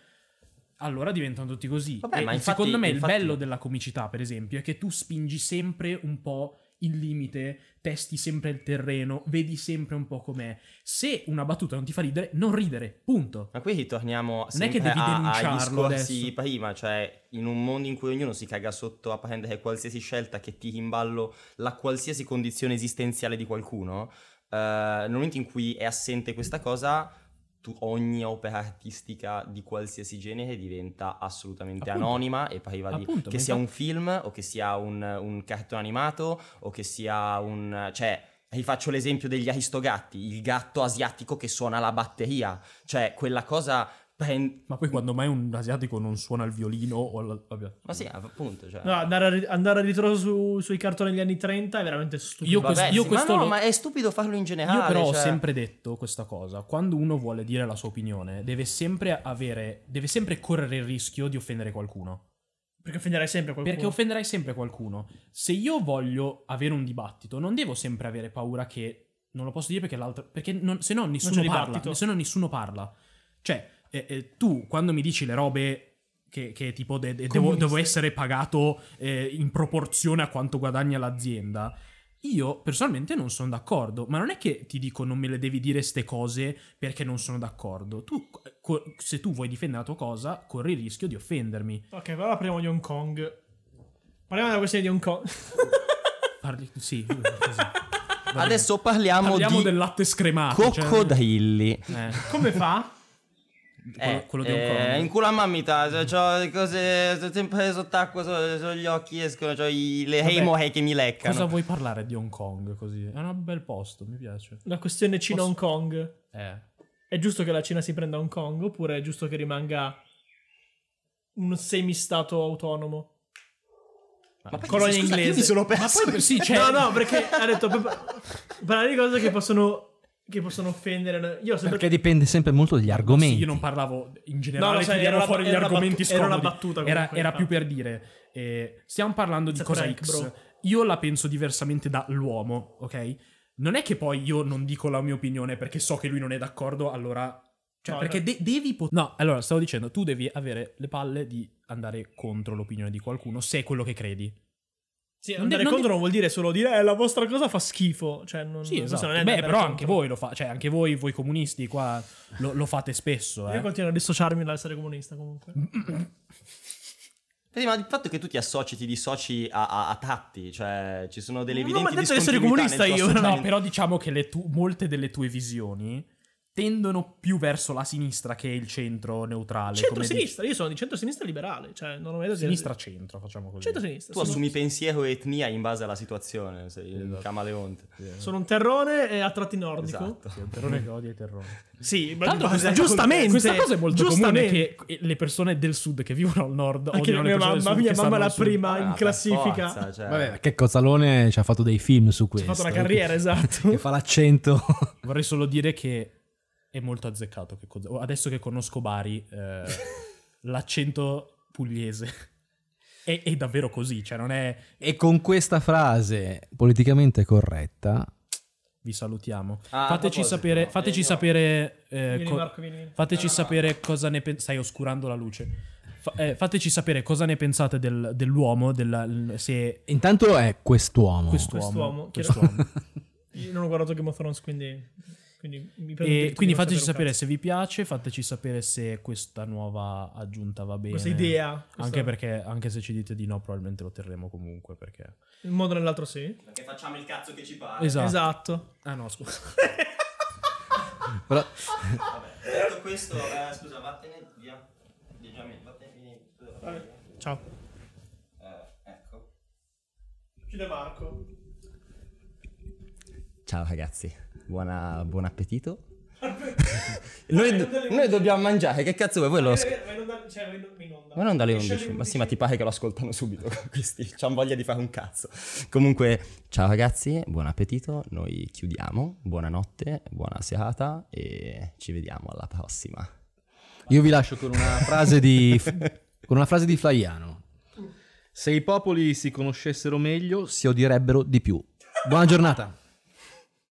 Speaker 2: allora diventano tutti così.
Speaker 4: Vabbè,
Speaker 2: E
Speaker 4: ma infatti-
Speaker 2: secondo me
Speaker 4: infatti-
Speaker 2: il bello della comicità, per esempio, è che tu spingi sempre un po' il limite, testi sempre il terreno, vedi sempre un po' com'è. Se una battuta non ti fa ridere, non ridere, punto.
Speaker 4: Ma qui torniamo
Speaker 2: Esatto. Non è che
Speaker 4: sempre
Speaker 2: devi
Speaker 4: a-
Speaker 2: denunciarlo
Speaker 4: agli discorsi
Speaker 2: adesso.
Speaker 4: prima, cioè in un mondo in cui ognuno si caga sotto a prendere qualsiasi scelta che ti imballo la qualsiasi condizione esistenziale di qualcuno, eh, nel momento in cui è assente questa cosa, tu- ogni opera artistica di qualsiasi genere diventa assolutamente
Speaker 2: Appunto.
Speaker 4: anonima e priva di...
Speaker 2: Appunto,
Speaker 4: che
Speaker 2: ma
Speaker 4: sia
Speaker 2: infatti-
Speaker 4: un film o che sia un, un cartone animato o che sia un... cioè... Rifaccio l'esempio degli aristogatti, il gatto asiatico che suona la batteria, cioè quella cosa prende...
Speaker 2: Ma poi quando mai un asiatico non suona il violino o la... vabbè.
Speaker 4: Ma sì, appunto, cioè...
Speaker 1: No, andare a, ri- andare a ritroso su- sui cartoni degli anni 30 è veramente stupido.
Speaker 2: Io quest-
Speaker 4: Vabbè,
Speaker 2: io
Speaker 4: sì,
Speaker 2: questo
Speaker 4: ma no,
Speaker 2: lo-
Speaker 4: ma è stupido farlo in generale.
Speaker 2: Io però ho
Speaker 4: cioè-
Speaker 2: sempre detto questa cosa, quando uno vuole dire la sua opinione, deve sempre avere, deve sempre correre il rischio di offendere qualcuno.
Speaker 1: Perché offenderai sempre qualcuno.
Speaker 2: Perché offenderai sempre qualcuno. Se io voglio avere un dibattito, non devo sempre avere paura che non lo posso dire perché l'altro. Perché non- se no nessuno
Speaker 1: c'è
Speaker 2: parla.
Speaker 1: dibattito.
Speaker 2: Se no nessuno parla. Cioè, eh, eh, tu quando mi dici le robe. Che, che tipo de- de- devo,
Speaker 1: Comuniste.
Speaker 2: devo essere pagato eh, in proporzione a quanto guadagna l'azienda. Io personalmente non sono d'accordo, ma non è che ti dico non me le devi dire ste cose perché non sono d'accordo. Tu, co- se tu vuoi difendere la tua cosa, corri il rischio di offendermi.
Speaker 1: Ok, però parliamo di Hong Kong. Parliamo della questione di Hong Kong.
Speaker 2: Parli- sì, così.
Speaker 4: Adesso parliamo,
Speaker 2: Parliamo
Speaker 4: di
Speaker 2: del latte scremato. cioè-
Speaker 4: coccodrilli.
Speaker 2: Eh,
Speaker 1: Come fa?
Speaker 2: quello, quello di Hong Kong.
Speaker 4: Eh, in culo a mammita, cioè, c'ho le cose sono sempre sott'acqua, so, so gli occhi escono, c'ho i- le
Speaker 2: Vabbè,
Speaker 4: remore che mi leccano.
Speaker 2: Cosa vuoi parlare di Hong Kong così? È un bel posto, mi piace.
Speaker 1: La questione Cina-Hong Kong.
Speaker 2: Eh.
Speaker 1: È giusto che la Cina si prenda Hong Kong oppure è giusto che rimanga un semistato autonomo?
Speaker 4: Ma perché-
Speaker 1: Colonia
Speaker 4: scusa,
Speaker 1: inglese.
Speaker 4: Io mi sono perso.
Speaker 2: Ma poi sì, c'è
Speaker 1: No, no, perché ha detto proprio- parlare di cose che possono, che possono offendere. Io ho sempre
Speaker 3: Perché dipende sempre molto dagli argomenti.
Speaker 2: Sì, io non parlavo in generale,
Speaker 1: No, lo sai,
Speaker 2: tiriamo
Speaker 1: era una-
Speaker 2: fuori gli
Speaker 1: era una
Speaker 2: argomenti
Speaker 1: battu- era una
Speaker 2: scomodi.
Speaker 1: battuta
Speaker 2: Era,
Speaker 1: comunque,
Speaker 2: era
Speaker 1: ah.
Speaker 2: più per dire, eh, stiamo parlando di
Speaker 1: It's a
Speaker 2: cosa
Speaker 1: prank,
Speaker 2: X.
Speaker 1: bro.
Speaker 2: Io la penso diversamente dall'uomo, ok? Non è che poi io non dico la mia opinione perché so che lui non è d'accordo, allora... Cioè,
Speaker 1: No,
Speaker 2: perché
Speaker 1: no.
Speaker 2: de- devi... pot- no, allora, stavo dicendo, tu devi avere le palle di andare contro l'opinione di qualcuno se è quello che credi.
Speaker 1: Sì,
Speaker 2: Non
Speaker 1: andare
Speaker 2: de- non
Speaker 1: contro
Speaker 2: de-
Speaker 1: non vuol dire solo dire eh, la vostra cosa fa schifo. Cioè, non,
Speaker 2: Sì,
Speaker 1: non so,
Speaker 2: esatto.
Speaker 1: non è
Speaker 2: Beh,
Speaker 1: andare
Speaker 2: però
Speaker 1: contro.
Speaker 2: anche voi lo fate, cioè anche voi, voi comunisti qua, lo, lo fate spesso,
Speaker 1: Io
Speaker 2: eh.
Speaker 1: continuo a dissociarmi dall'essere comunista comunque.
Speaker 4: Vedi, ma il fatto è che tu ti associ, ti dissoci a, a- a tratti, cioè ci sono delle
Speaker 1: Non ho mai
Speaker 4: evidenti
Speaker 1: detto di essere
Speaker 4: discontinuità
Speaker 1: comunista
Speaker 4: nel tuo
Speaker 1: io,
Speaker 2: No,
Speaker 4: associamento.
Speaker 2: però diciamo che le tu- molte delle tue visioni tendono più verso la sinistra che il centro neutrale. come dici.
Speaker 1: Centro-sinistra, io sono di centro-sinistra liberale. Cioè, non ho mai detto di essere-
Speaker 2: Sinistra-centro, facciamo così.
Speaker 1: Centro-sinistra.
Speaker 4: Tu
Speaker 1: sono-
Speaker 4: assumi pensiero e etnia in base alla situazione, sei un
Speaker 2: Esatto.
Speaker 4: camaleonte.
Speaker 1: Sono un terrone e a tratti nordico.
Speaker 4: Esatto.
Speaker 2: Sì, il terrore che odia i terrore.
Speaker 1: Sì, ma
Speaker 2: Tanto
Speaker 1: ma-
Speaker 2: questa-
Speaker 1: giustamente.
Speaker 2: Questa cosa è molto comune
Speaker 1: giustamente.
Speaker 2: che le persone del sud che vivono al nord
Speaker 1: Anche
Speaker 2: odiano le
Speaker 1: mia
Speaker 2: persone del
Speaker 1: mamma,
Speaker 2: sud
Speaker 1: mia mamma
Speaker 2: che
Speaker 1: è
Speaker 2: stanno
Speaker 1: la
Speaker 2: al sud.
Speaker 1: prima
Speaker 4: Ah,
Speaker 1: in
Speaker 4: per
Speaker 1: classifica.
Speaker 4: forza, cioè.
Speaker 3: Vabbè, Eh, che Cozzalone ci ha fatto dei film su
Speaker 1: Ci ha
Speaker 3: questo. eh,
Speaker 1: fatto una carriera,
Speaker 3: Che
Speaker 1: esatto.
Speaker 3: fa l'accento.
Speaker 2: Vorrei solo dire che è molto azzeccato. Che cosa- adesso che conosco Bari, eh, l'accento pugliese è, è davvero così. Cioè, non è
Speaker 3: e con questa frase politicamente corretta,
Speaker 2: vi salutiamo.
Speaker 4: Ah, a
Speaker 2: fateci
Speaker 4: proposito,
Speaker 2: sapere,
Speaker 4: eh,
Speaker 2: fateci
Speaker 4: no.
Speaker 2: sapere, eh,
Speaker 1: Vieni,
Speaker 2: co-
Speaker 1: Marco, vieni. Eh,
Speaker 2: fateci sapere cosa ne pensate. Stai oscurando la luce. Fa- eh, fateci sapere cosa ne pensate del- dell'uomo, della- l- se
Speaker 3: intanto è quest'uomo.
Speaker 2: quest'uomo.
Speaker 1: Quest'uomo,
Speaker 2: quest'uomo.
Speaker 1: Io non ho guardato Game of Thrones, quindi. Quindi, mi prendo il diritto
Speaker 2: E
Speaker 1: di
Speaker 2: quindi
Speaker 1: non
Speaker 2: fateci
Speaker 1: sapere
Speaker 2: sapere
Speaker 1: un
Speaker 2: se vi piace, fateci sapere se questa nuova aggiunta va bene.
Speaker 1: cazzo. Questa idea.
Speaker 2: Anche
Speaker 1: questa-
Speaker 2: perché, anche se ci dite di no, probabilmente lo terremo comunque. Perché...
Speaker 1: In un modo o nell'altro sì.
Speaker 4: Perché facciamo il cazzo che ci pare.
Speaker 2: Esatto.
Speaker 1: Esatto.
Speaker 2: Ah no, scusa.
Speaker 3: Però-
Speaker 4: Detto questo, eh, scusa, vattene via. Digiami, vattene via.
Speaker 1: Ciao.
Speaker 4: Eh, ecco.
Speaker 1: Chiude Marco.
Speaker 4: Ciao ragazzi, Buona- buon appetito. noi, do- noi dobbiamo mangiare, che cazzo vuoi? Voi
Speaker 1: Ah, Eh,
Speaker 4: lo ascoltate?
Speaker 1: cioè,
Speaker 4: Ma non dalle 11, ma sì, ma ti pare che lo ascoltano subito questi, c'hanno voglia di fare un cazzo. Comunque, ciao ragazzi, buon appetito, noi chiudiamo, buonanotte, buona serata e ci vediamo alla prossima.
Speaker 3: Io vi lascio con una frase di con una frase di Flaiano. Se i popoli si conoscessero meglio, si odierebbero di più. Buona giornata.